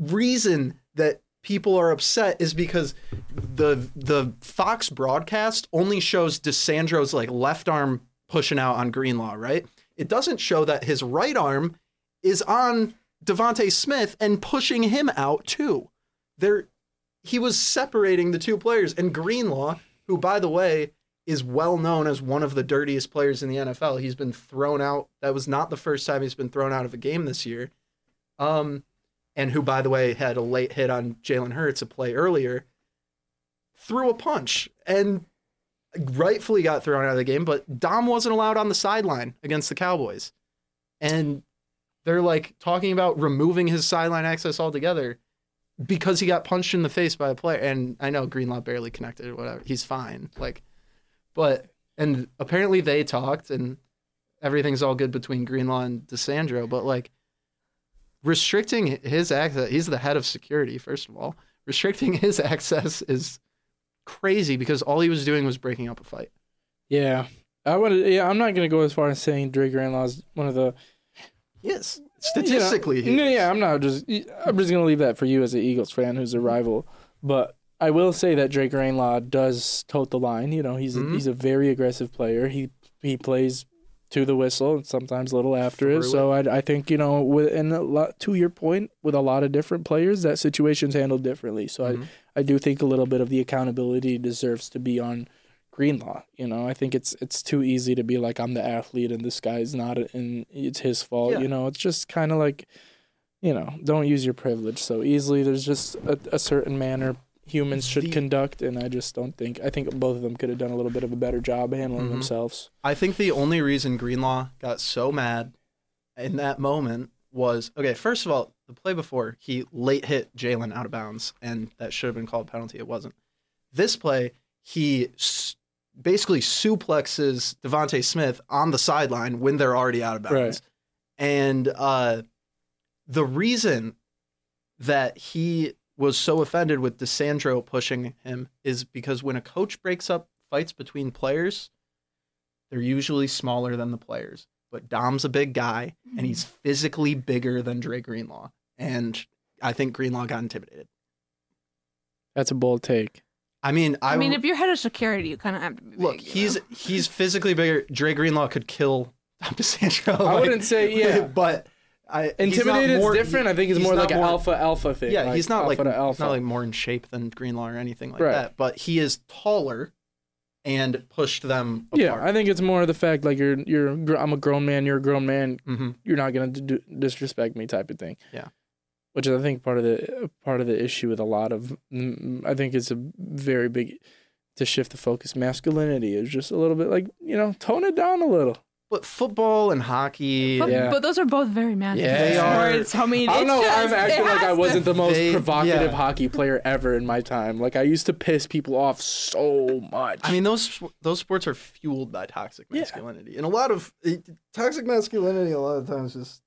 reason that people are upset is because the the Fox broadcast only shows DeSandro's like left arm pushing out on Greenlaw, right? It doesn't show that his right arm is on Devonte Smith and pushing him out too. There he was separating the two players and Greenlaw, who by the way is well known as one of the dirtiest players in the NFL. He's been thrown out. That was not the first time he's been thrown out of a game this year. Um and who, by the way, had a late hit on Jalen Hurts a play earlier, threw a punch and rightfully got thrown out of the game. But Dom wasn't allowed on the sideline against the Cowboys. And they're like talking about removing his sideline access altogether because he got punched in the face by a player. And I know Greenlaw barely connected or whatever. He's fine. Like, but, and apparently they talked and everything's all good between Greenlaw and DeSandro. But like, restricting his access he's the head of security first of all restricting his access is crazy because all he was doing was breaking up a fight
yeah. I would yeah, I'm not gonna go as far as saying Drake Granlaw's one of the
yes
you know-
statistically he
No,
is.
yeah, I'm not just I'm just gonna leave that for you as an Eagles fan who's a rival. But I will say that Drake Rainlaw does tote the line. You know, he's a,
Mhm.
he's a very aggressive player. He he plays to the whistle and sometimes a little after it.
Through
So I I think you know, with, and a lot, to your point, with a lot of different players, that situation's handled differently. So I
Mhm.
I do think a little bit of the accountability deserves to be on Greenlaw. You know, I think it's it's too easy to be like I'm the athlete and this guy's not, and it's his fault.
Yeah.
You know, it's just kind of like, you know, don't use your privilege so easily. There's just a, a certain manner humans should
The-
conduct, and I just don't think I think both of them could have done a little bit of a better job handling
Mhm.
themselves.
I think the only reason Greenlaw got so mad in that moment was okay. First of all, the play before he late hit Jalen out of bounds, and that should have been called penalty. It wasn't. This play, he s- basically suplexes Devonte Smith on the sideline when they're already out of bounds. And uh, the reason that he was so offended with DeSandro pushing him is because when a coach breaks up fights between players, they're usually smaller than the players. But Dom's a big guy,
Mm-hmm.
and he's physically bigger than Dre Greenlaw. And I think Greenlaw got intimidated.
That's a bold take.
I mean, I,
I mean, if you're head of security, you kind of have to be
look,
big, you
he's
know?
he's physically bigger. Dre Greenlaw could kill Tom DeSandro.
I
like,
wouldn't say yeah.
but I he's not
Intimidated is
more-
different. I think it's
he's
more
not
like an alpha alpha thing.
Yeah, he's not
alpha
like
to
he's
alpha.
not like more in shape than Greenlaw or anything like
Right.
that. But he is taller, and pushed them apart.
yeah, I think it's more of the fact like you're you're gr- I'm a grown man. You're a grown man.
Mhm.
You're not gonna d- d- disrespect me type of thing.
Yeah.
Which is, I think part of the part of the issue with a lot of mm, I think it's a very big to shift the focus. Masculinity is just a little bit like you know tone it down a little.
But football and hockey,
But,
Yeah.
but those are both very masculine
They
are-
words. I mean,
I don't
it's
know.
Just,
I'm
it
acting like I
has
wasn't the most
They-
provocative
yeah.
hockey player ever in my time. Like I used to piss people off so much.
I mean those those sports are fueled by toxic
Yeah.
masculinity, and a lot of it- toxic masculinity a lot of times is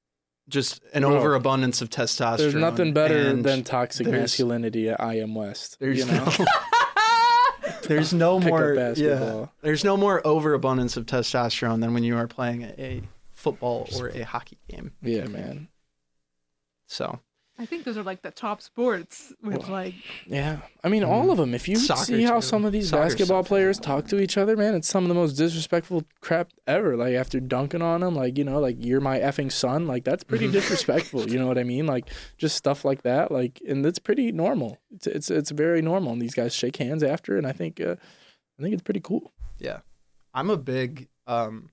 just an
Bro,
overabundance of testosterone.
there's nothing better
and
than toxic
there's-
masculinity at I am West.
there's
you know,
no there's no
Pick up
more yeah,
basketball.
there's no more overabundance of testosterone than when you are playing a, a football or a hockey game.
yeah, man,
So
I think those are like the top sports with like
yeah. I mean, all of them. If you
Mm-hmm. Soccer,
see how
too.
some of these
Soccer's
basketball
something.
players talk to each other, man, it's some of the most disrespectful crap ever. Like after dunking on them, like you know, like you're my effing son. Like that's pretty
Mm-hmm.
disrespectful. You know what I mean? Like just stuff like that. Like and it's pretty normal. It's it's it's very normal. And these guys shake hands after, and I think uh, I think it's pretty cool.
I'm a big um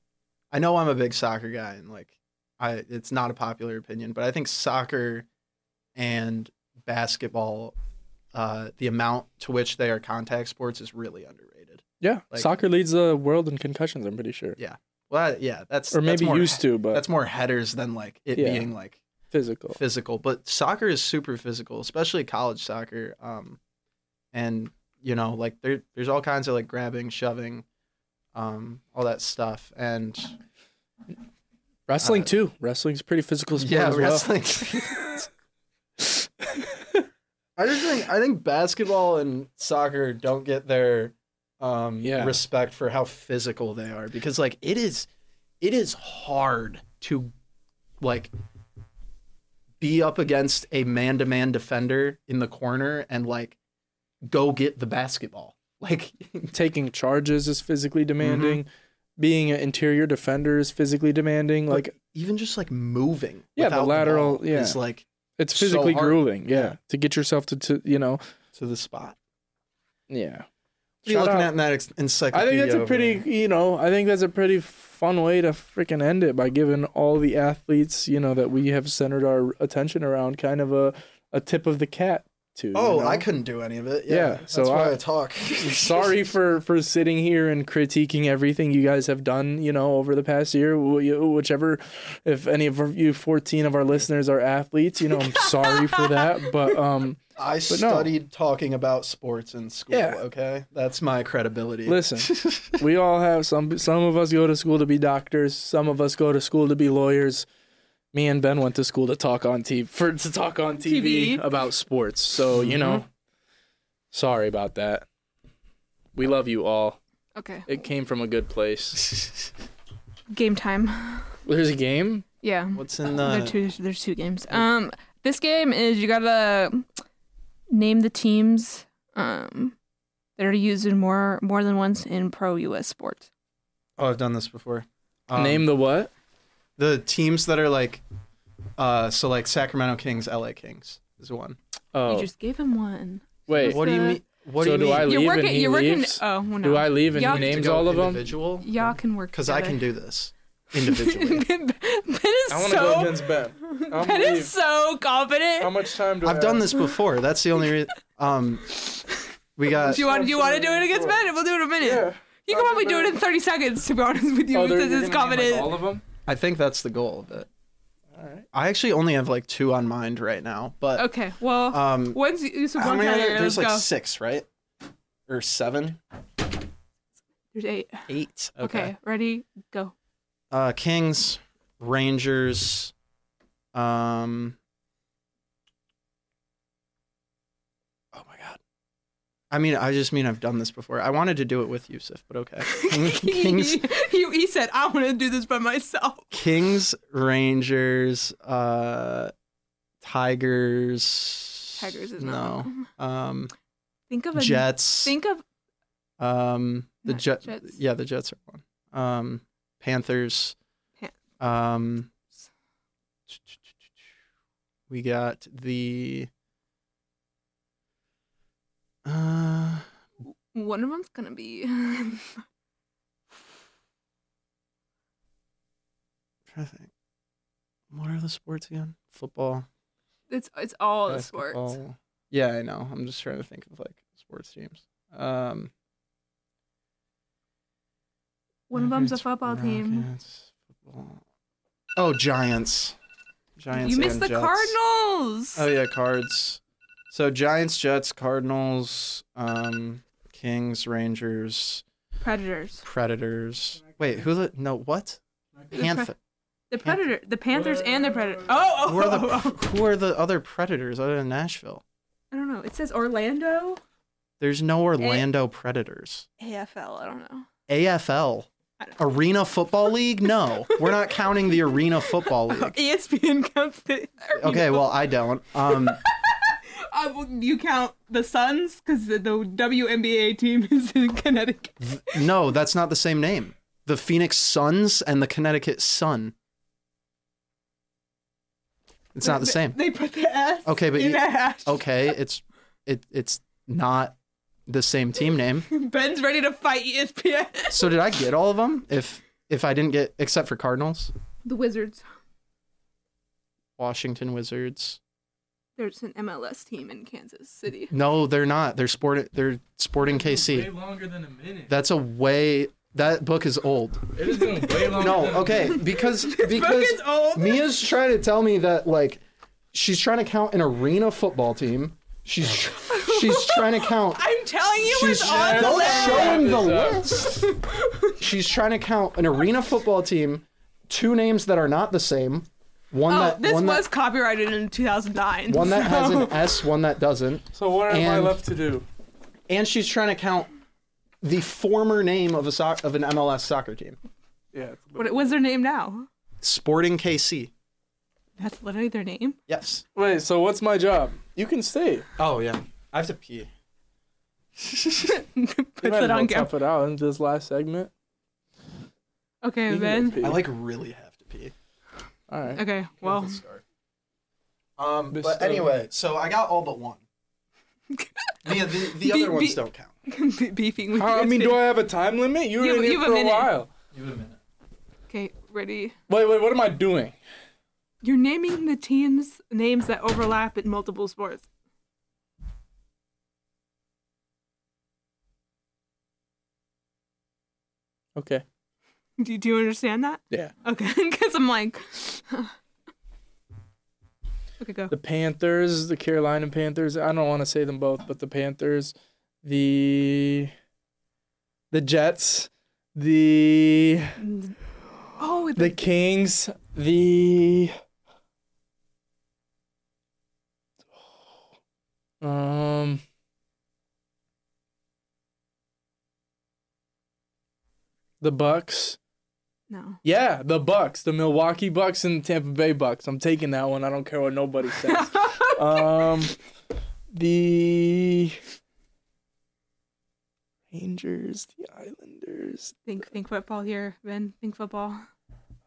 I know I'm a big soccer guy and like I it's not a popular opinion, but I think soccer and basketball uh the amount to which they are contact sports is really underrated.
Yeah,
Like-
soccer leads the world in concussions. I'm pretty sure,
Well, that- yeah, that's
or
that's
maybe
more,
used to, but
That's more headers than like it
Yeah.
being like
physical.
physical, but soccer is super physical, especially college soccer. Um, and you know, like there, there's all kinds of like grabbing, shoving, um, all that stuff. And
Wrestling
Uh,
too. Wrestling's a pretty physical sport
yeah,
as well.
wrestling. I just think I think basketball and soccer don't get their um
Yeah.
respect for how physical they are because like it is it is hard to like be up against a man-to-man defender in the corner and like go get the basketball. Like
Taking charges is physically
Mm-hmm.
demanding. Being an interior defender is physically demanding.
But
Like
even just like moving
Yeah, the
without
lateral-
ball
yeah.
is like
it's
so
physically
hard.
grueling. Yeah.
Yeah.
to get yourself to, to you know.
to the spot.
Yeah,
What are you
Shout
looking
out.
at in that ex-
I
encyclopedia?
think that's a
over
pretty you know. I think that's a pretty fun way to freaking end it by giving all the athletes you know that we have centered our attention around kind of a a tip of the cat to. you
Oh, I
know?
couldn't do any of it. Yeah,
Yeah, so
that's why I,
I-
talk.
sorry for for sitting here and critiquing everything you guys have done you know over the past year Wh- you- whichever if any of you 14 of our listeners are athletes you know i'm sorry for that but um
I
no.
studied talking about sports in school.
Yeah.
Okay, that's my credibility.
listen we all have some some of us go to school to be doctors some of us go to school to be lawyers me and ben went to school to talk on tv for to talk on tv,
TV.
about sports so you
Mm-hmm.
know sorry about that we love you all
okay
it came from a good place
game time.
there's a game
Yeah,
What's in uh,
there are
the?
two. There's two games. Um, this game is you gotta name the teams um that are used in more more than once in pro U.S. sports.
Oh, I've done this before. Um,
name the what
the teams that are like, uh, so like Sacramento Kings, LA Kings is one.
Oh,
You just gave him one.
wait.
What do you
the-
mean? What
So
do you
do I
mean?
leave
you're
and
working.
he
you're working.
leaves?
Oh, well, no.
Do I leave and
Y'all
he
need to
names all of them?
individual?
Y'all can work
Because I can
together.
do this individually.
ben Ben is
wanna
so
against Ben. I'm
Ben
leave.
is so confident.
much time do
I've done this before. That's the only reason. Um, we got.
do you want? Do you want to do it against Ben? We'll do it in a minute. You can
I'll do
probably do it
better.
in 30 seconds. To be honest with you,
Oh, they're-
because
you're
it's
gonna name, like,
confident.
all of them.
I think that's the goal of it.
All right.
I actually only have like two on mind right now, but
okay. Well,
um,
when's you? So
How
one
many are
counter,
there?
Let's
There's like
go.
six, right? Or seven?
There's eight.
Eight.
Okay. ready, go.
uh, Kings, Rangers, um, oh my god. I mean, I just mean I've done this before. I wanted to do it with Yusuf, but okay. King- Kings,
he, he said, "I want to do this by myself."
Kings, Rangers, uh, Tigers.
Tigers is
no.
not.
Um,
Think of a
Jets.
Think of
um, the
Not
Jet.
Jets.
Yeah, the Jets are one. Um, Panthers.
Pan-
um, we got the. Uh,
one of them's gonna be.
trying to think. What are the sports again? Football.
it's it's all the
basketball.
sports.
Yeah, I know. I'm just trying to think of like sports teams. Um,
One of them's a
Rockets,
football team.
Rockets, football. Oh, Giants. Giants.
You missed
and
the
Jets.
Cardinals.
Oh yeah, cards. So Giants, Jets, Cardinals, um, Kings, Rangers,
Predators.
Predators. Wait, who? The, no, what?
The, pre-
Panther.
the Predator, the Panthers, and the Predator. Oh, oh,
Who are
oh,
the
oh.
Who are the other Predators other than Nashville?
I don't know. It says Orlando.
There's no Orlando Predators.
AFL. I don't know.
AFL,
I don't-
Arena Football League. No, we're not counting the Arena Football League.
E ESPN counts the.
Okay, well I don't. Um,
Uh, well, you count the Suns because the, the WNBA team is in Connecticut.
no, that's not the same name. The Phoenix Suns and the Connecticut Sun. It's not the same.
They put the S.
Okay, but
in
you- oh.
hash.
okay, it's it it's not the same team name.
Ben's ready to fight E ESPN.
So did I get all of them? If if I didn't get except for Cardinals,
The Wizards.
Washington Wizards.
There's an MLS team in Kansas City.
No, they're not. They're sport they're Sporting
Way
KC.
longer than a minute.
That's a way that book is old.
It is going way longer.
No,
than a
okay,
minute.
because
Fucking
because
old.
Mia's trying to tell me that like she's trying to count an arena football team. She's she's trying to count
I'm telling you,
She's
it's on the
don't
list.
show him the
This
list. She's trying to count an arena football team, two names that are not the same, one
Oh,
that
this
one
was copyrighted in 2009.
that one that has
so-
an S, one that doesn't,
So what am I
And-
left to do?
and she's trying to count the former name of a soc- of an MLS soccer team,
Yeah. It's
What was their name now?
Sporting KC.
That's literally their name.
Yes.
Wait. So what's my job? You can stay.
Oh yeah. I have to pee.
You
Puts it
might as well
on camera.
tough it out in this last segment.
Okay,
You can
Ben.
go pee.
I like really have to pee.
All right.
Okay,
Oh.
well,
Um,
This,
but
uh,
anyway, so I got all but one. Yeah, the,
Be-
the other ones
be-
don't count.
be- beefing with E
How, I mean, do
ESPN.
I have a time limit? You were
You-
in
you
here
have a
for a
minute.
while.
Give it a minute.
Okay, ready.
Wait, wait. What am I doing?
You're naming the teams names that overlap in multiple sports.
Okay.
Do, do you understand that?
Yeah.
Okay, because I'm like. okay, go.
The Panthers, the Carolina Panthers. I don't want to say them both, but the Panthers, the the Jets, the
Oh, the,
the Kings, the um the Bucks.
no.
Yeah, the Bucks, the Milwaukee Bucks and the Tampa Bay Bucks. I'm taking that one. I don't care what nobody says. um, the Rangers, the Islanders,
Think think football here, Ben. Think football.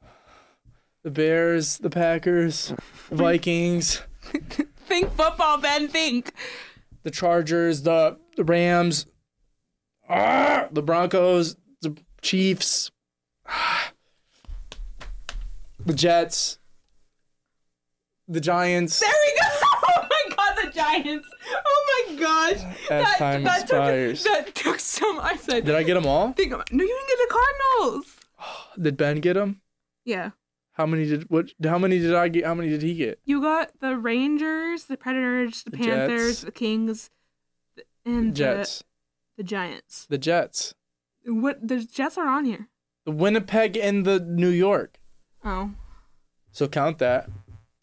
the Bears, the Packers, the Vikings,
Think football, Ben. Think.
the Chargers, the the Rams, ah, the Broncos, the Chiefs, ah, the Jets, the Giants.
There we go. Oh my god, the Giants. Oh my gosh.
As time expires.
Took, that took so much. I said,
Did I get them all?
think about- no, you didn't get the Cardinals.
Did Ben get them?
Yeah.
How many did what? How many did I get? How many did he get?
You got the Rangers, the Predators, the,
The
Panthers,
Jets.
the Kings, th- and the-
Jets.
The, Giants.
The Jets.
What the Jets are on here?
The Winnipeg and the New York.
Oh,
So count that.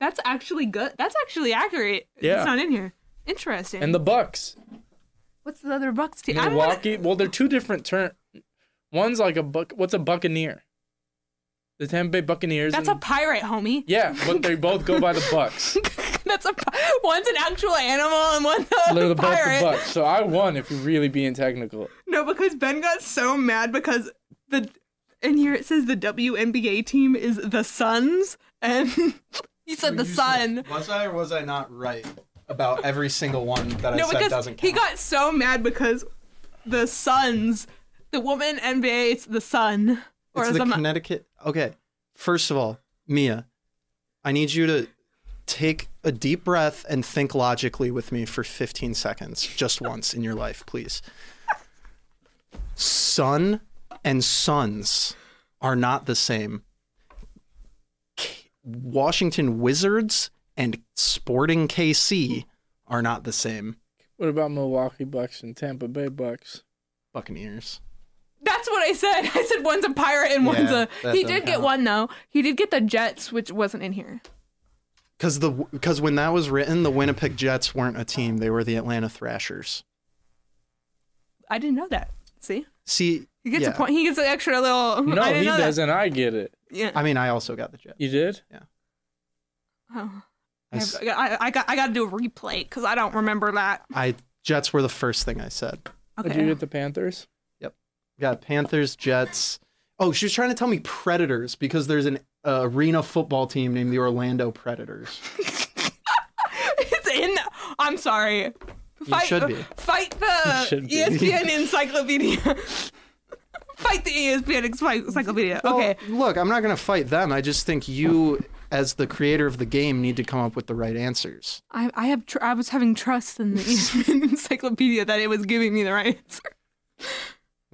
that's actually good. That's actually accurate.
Yeah.
It's not in here. Interesting.
And the Bucks.
What's the other Bucks team? I don't wanna-
Milwaukee. Well, they're two different turn. One's like a buck. What's a Buccaneer? The Tampa Bay Buccaneers.
That's a
and-
pirate, homie.
yeah, but they both go by the Bucks.
That's a pi- one's an actual animal and one's a
They're the both the
pirate.
Bucks. So I won if you're really being technical.
No, because Ben got so mad because the in here it says the WNBA team is the Suns, and he said the Sun.
Was I or was I not right about every single one that I
No,
said
because
doesn't count?
he got so mad because the Suns, the woman NBA, it's the Sun. Or
it's
is
the
I'm not-
Connecticut. Okay, first of all, Mia, I need you to take a deep breath and think logically with me for 15 seconds, just once in your life, please. Son and sons are not the same. K- Washington Wizards and Sporting KC are not the same.
What about Milwaukee Bucks and Tampa Bay Bucks?
Buccaneers.
That's what I said. I said one's a pirate and one's
Yeah,
a.
that
He
doesn't
did get
count.
one though. He did get the Jets, which wasn't in here.
Because the because when that was written, the Winnipeg Jets weren't a team; they were the Atlanta Thrashers.
I didn't know that. See,
See,
he gets
yeah.
a point. He gets an extra little.
No,
I didn't
he
know
doesn't. I get it.
That. Yeah.
I mean, I also got the Jets.
You did?
Oh.
I, s-
I, I, I got I got to do a replay because I don't remember that.
I- Jets were the first thing I said.
Did you get the Panthers?
Got Panthers, Jets. Oh, she was trying to tell me Predators because there's an uh, arena football team named the Orlando Predators.
it's in. The, I'm sorry. Fight,
should be.
Fight the E
should be.
ESPN encyclopedia. fight the E ESPN ency- encyclopedia. okay.
Well, look, I'm not gonna fight them. I just think you, as the creator of the game, need to come up with the right answers.
I I have tr- I was having trust in the E ESPN encyclopedia that it was giving me the right answer.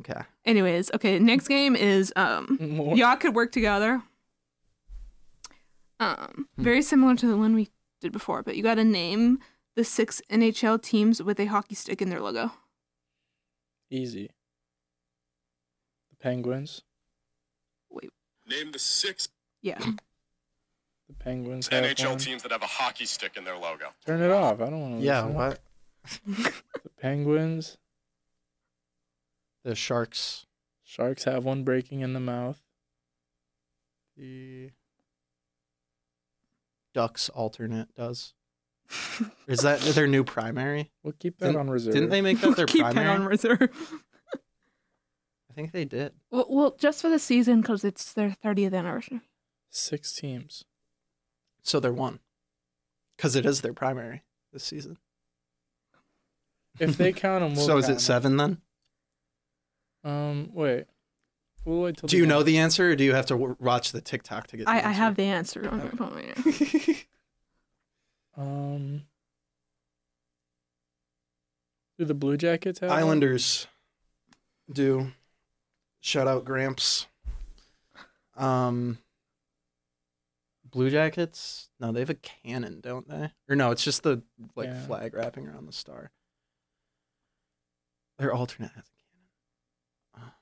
Okay.
Anyways, okay. Next game is um.
More.
Y'all could work together. Um,
Hmm.
very similar to the one we did before, but you got to name the six NHL teams with a hockey stick in their logo.
Easy. The Penguins.
Name the six
Yeah.
The Penguins. Have one.
NHL teams that have a hockey stick in their logo.
Turn it off. I don't want to.
Yeah. What?
The Penguins.
The Sharks.
Sharks have one breaking in the mouth.
The Ducks alternate does. Is that their new primary?
We'll keep that on reserve.
Didn't they make that their
Keep
primary?
that on reserve.
I think they did.
Well, well, just for the season because it's their 30th anniversary.
Six teams.
So they're one. Because it is their primary this season.
If they count them, we'll
so is
count
it seven then?
'em. Um, wait. We'll wait till
Do you know the answer or do you have to w- watch the TikTok to get the
I, I
answer?
have the answer on my phone right now.
Um. Do the Blue Jackets have one?
Islanders do. Shout out Gramps. Um, Blue Jackets? No, they have a cannon, don't they? Or no, it's just the like
Yeah.
flag wrapping around the star. Their alternate has a cannon. Uh,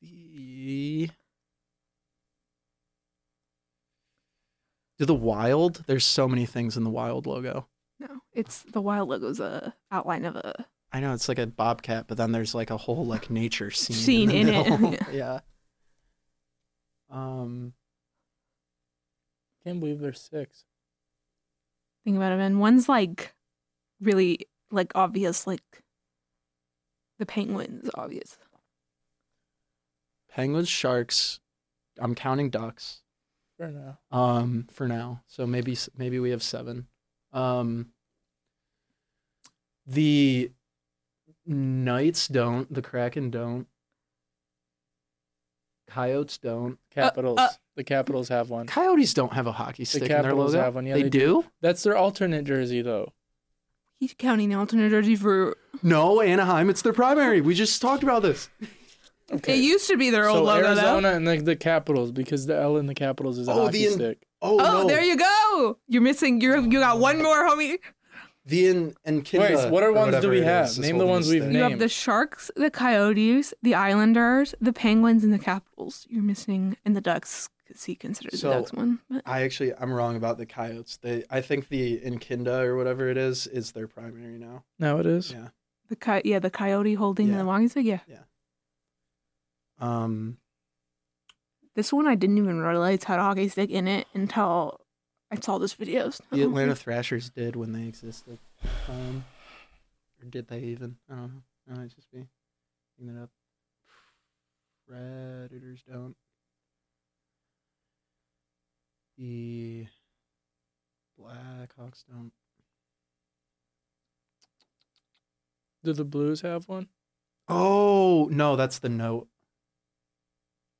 The do the wild? There's so many things in the wild logo.
No, it's the wild logo's a outline of uh, a.
I know it's like a bobcat, but then there's like a whole like nature scene.
Scene
in,
in
the
it,
middle. yeah. Um.
Can't believe they're six.
Think about it, man. One's like really like obvious, like the penguins obvious.
Penguins, sharks. I'm counting ducks.
For now.
Um, for now. So maybe s- maybe we have seven. Um. The knights don't. The kraken don't. Coyotes don't.
Capitals. the Capitals have one.
Coyotes don't have a hockey stick in their
Capitals
logo.
have one. Yeah,
they,
they
do.
That's their alternate jersey, though.
He's counting the alternate jersey for.
No, Anaheim. It's their primary. We just talked about this.
It used to be their old
so
logo
Arizona and the, the Capitals because the L in the Capitals is a
Oh,
hockey
the in-
stick.
Oh,
though. Oh,
no.
there you go. You're missing. You are you got one more, homie.
The in and
Wait, what are ones do we have? Name the ones we've
You have
Name.
the Sharks, the Coyotes, the Islanders, the Penguins, and the Capitals. You're missing, and the Ducks. 'cause he considers
So-
the Ducks one. But
I actually I'm wrong about the coyotes. They I think the Enkinda or whatever it is is their primary now.
Now it is.
Yeah.
the coy- yeah, the Coyote holding
Yeah.
the longest. Yeah,
Um
this one I didn't even realize had a hockey stick in it until I saw this video. so-
the Atlanta Thrashers did when they existed. Um or did they even? I don't know. No, it's just me. Bring that up. Predators don't. The Blackhawks don't.
Do the Blues have one?
Oh no, that's the note.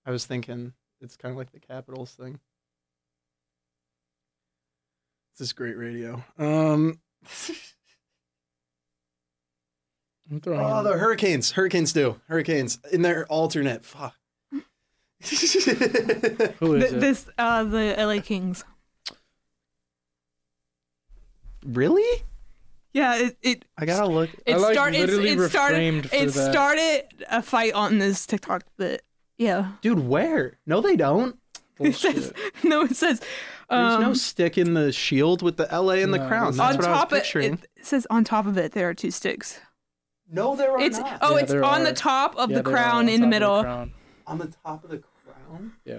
I was thinking it's kind of like the Capitals thing. This is great radio. Um,
I'm throwing.
oh,
out-
the Hurricanes. Hurricanes do Hurricanes in their alternate. Fuck.
Who is
Th-
it?
this uh, the LA Kings.
really?
Yeah, it it
I gotta look.
I
it,
like
start, it's,
literally
it started
reframed for
it
that.
started a fight on this TikTok that yeah.
Dude, where? No, they don't.
It says
Bullshit.
no. It says
There's
um,
no stick in the shield with the LA and
No,
the crown.
there's
That's
on
what I was
top of it,
picturing.
it says on top of it there are two sticks.
no, there are
It's
not.
oh,
Yeah,
it's
there
on
are.
the top of
Yeah,
the
they are on
crown in the
top of
middle.
crown.
On the top of the crown.
Yeah.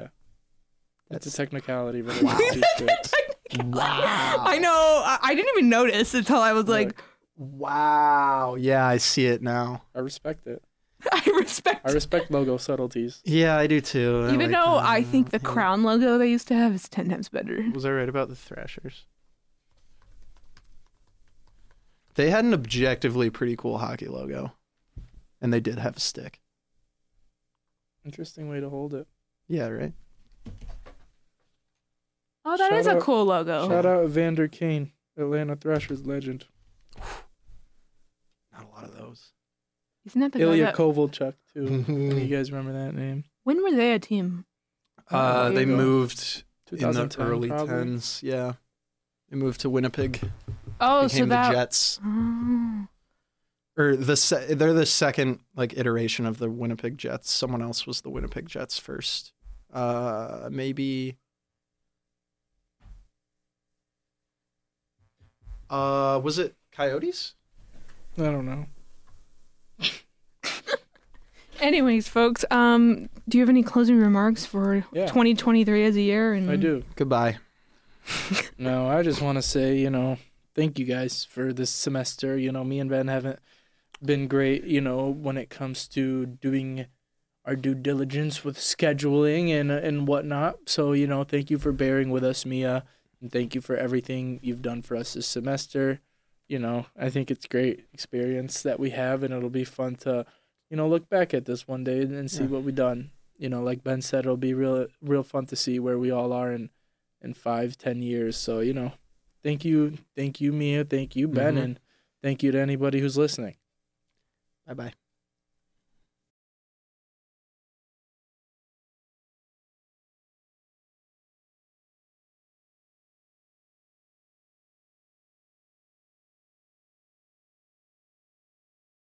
That's
That's-
a technicality, but
Wow.
it's too thick.
Wow.
I know. I, I didn't even notice until I was like,
Wow. Yeah, I see it now.
I respect it.
I respect.
I respect logo subtleties.
Yeah, I do too. I
even
like
though
that.
I
Mm-hmm.
think the crown logo they used to have is ten times better.
Was I right about the Thrashers? They had an objectively pretty cool hockey logo, and they did have a stick.
Interesting way to hold it.
Yeah, right.
Oh, that is
Shout
a
out-
cool logo.
Shout out Vander Kane, Atlanta Thrashers legend.
Not a lot of those.
Isn't that the guy
Ilya
that-
Kovalchuk too.
Mm-hmm.
you guys remember that name?
When were they a team?
uh, they
Diego.
moved in the
2010
early
probably.
tens. Yeah, they moved to Winnipeg.
Oh,
became
so
the
that.
Jets.
Oh.
or the se- they're the second like iteration of the Winnipeg Jets. Someone else was the Winnipeg Jets first. Uh, maybe. Uh, was it Coyotes?
I don't know.
Anyways, folks, um, do you have any closing remarks for
Yeah.
2023 as a year? And
I do.
Goodbye.
No, I just want to say, you know, thank you guys for this semester. You know, me and Ben haven't been great, you know, when it comes to doing our due diligence with scheduling and and whatnot. So, you know, thank you for bearing with us, Mia, and thank you for everything you've done for us this semester. You know, I think it's great experience that we have, and it'll be fun to, you know, look back at this one day and, and see
Yeah.
what we've done. You know, like Ben said, it'll be real, real fun to see where we all are in, in five, ten years. So, you know, thank you, thank you, Mia, thank you, Ben,
Mhm.
and thank you to anybody who's listening.
Bye bye.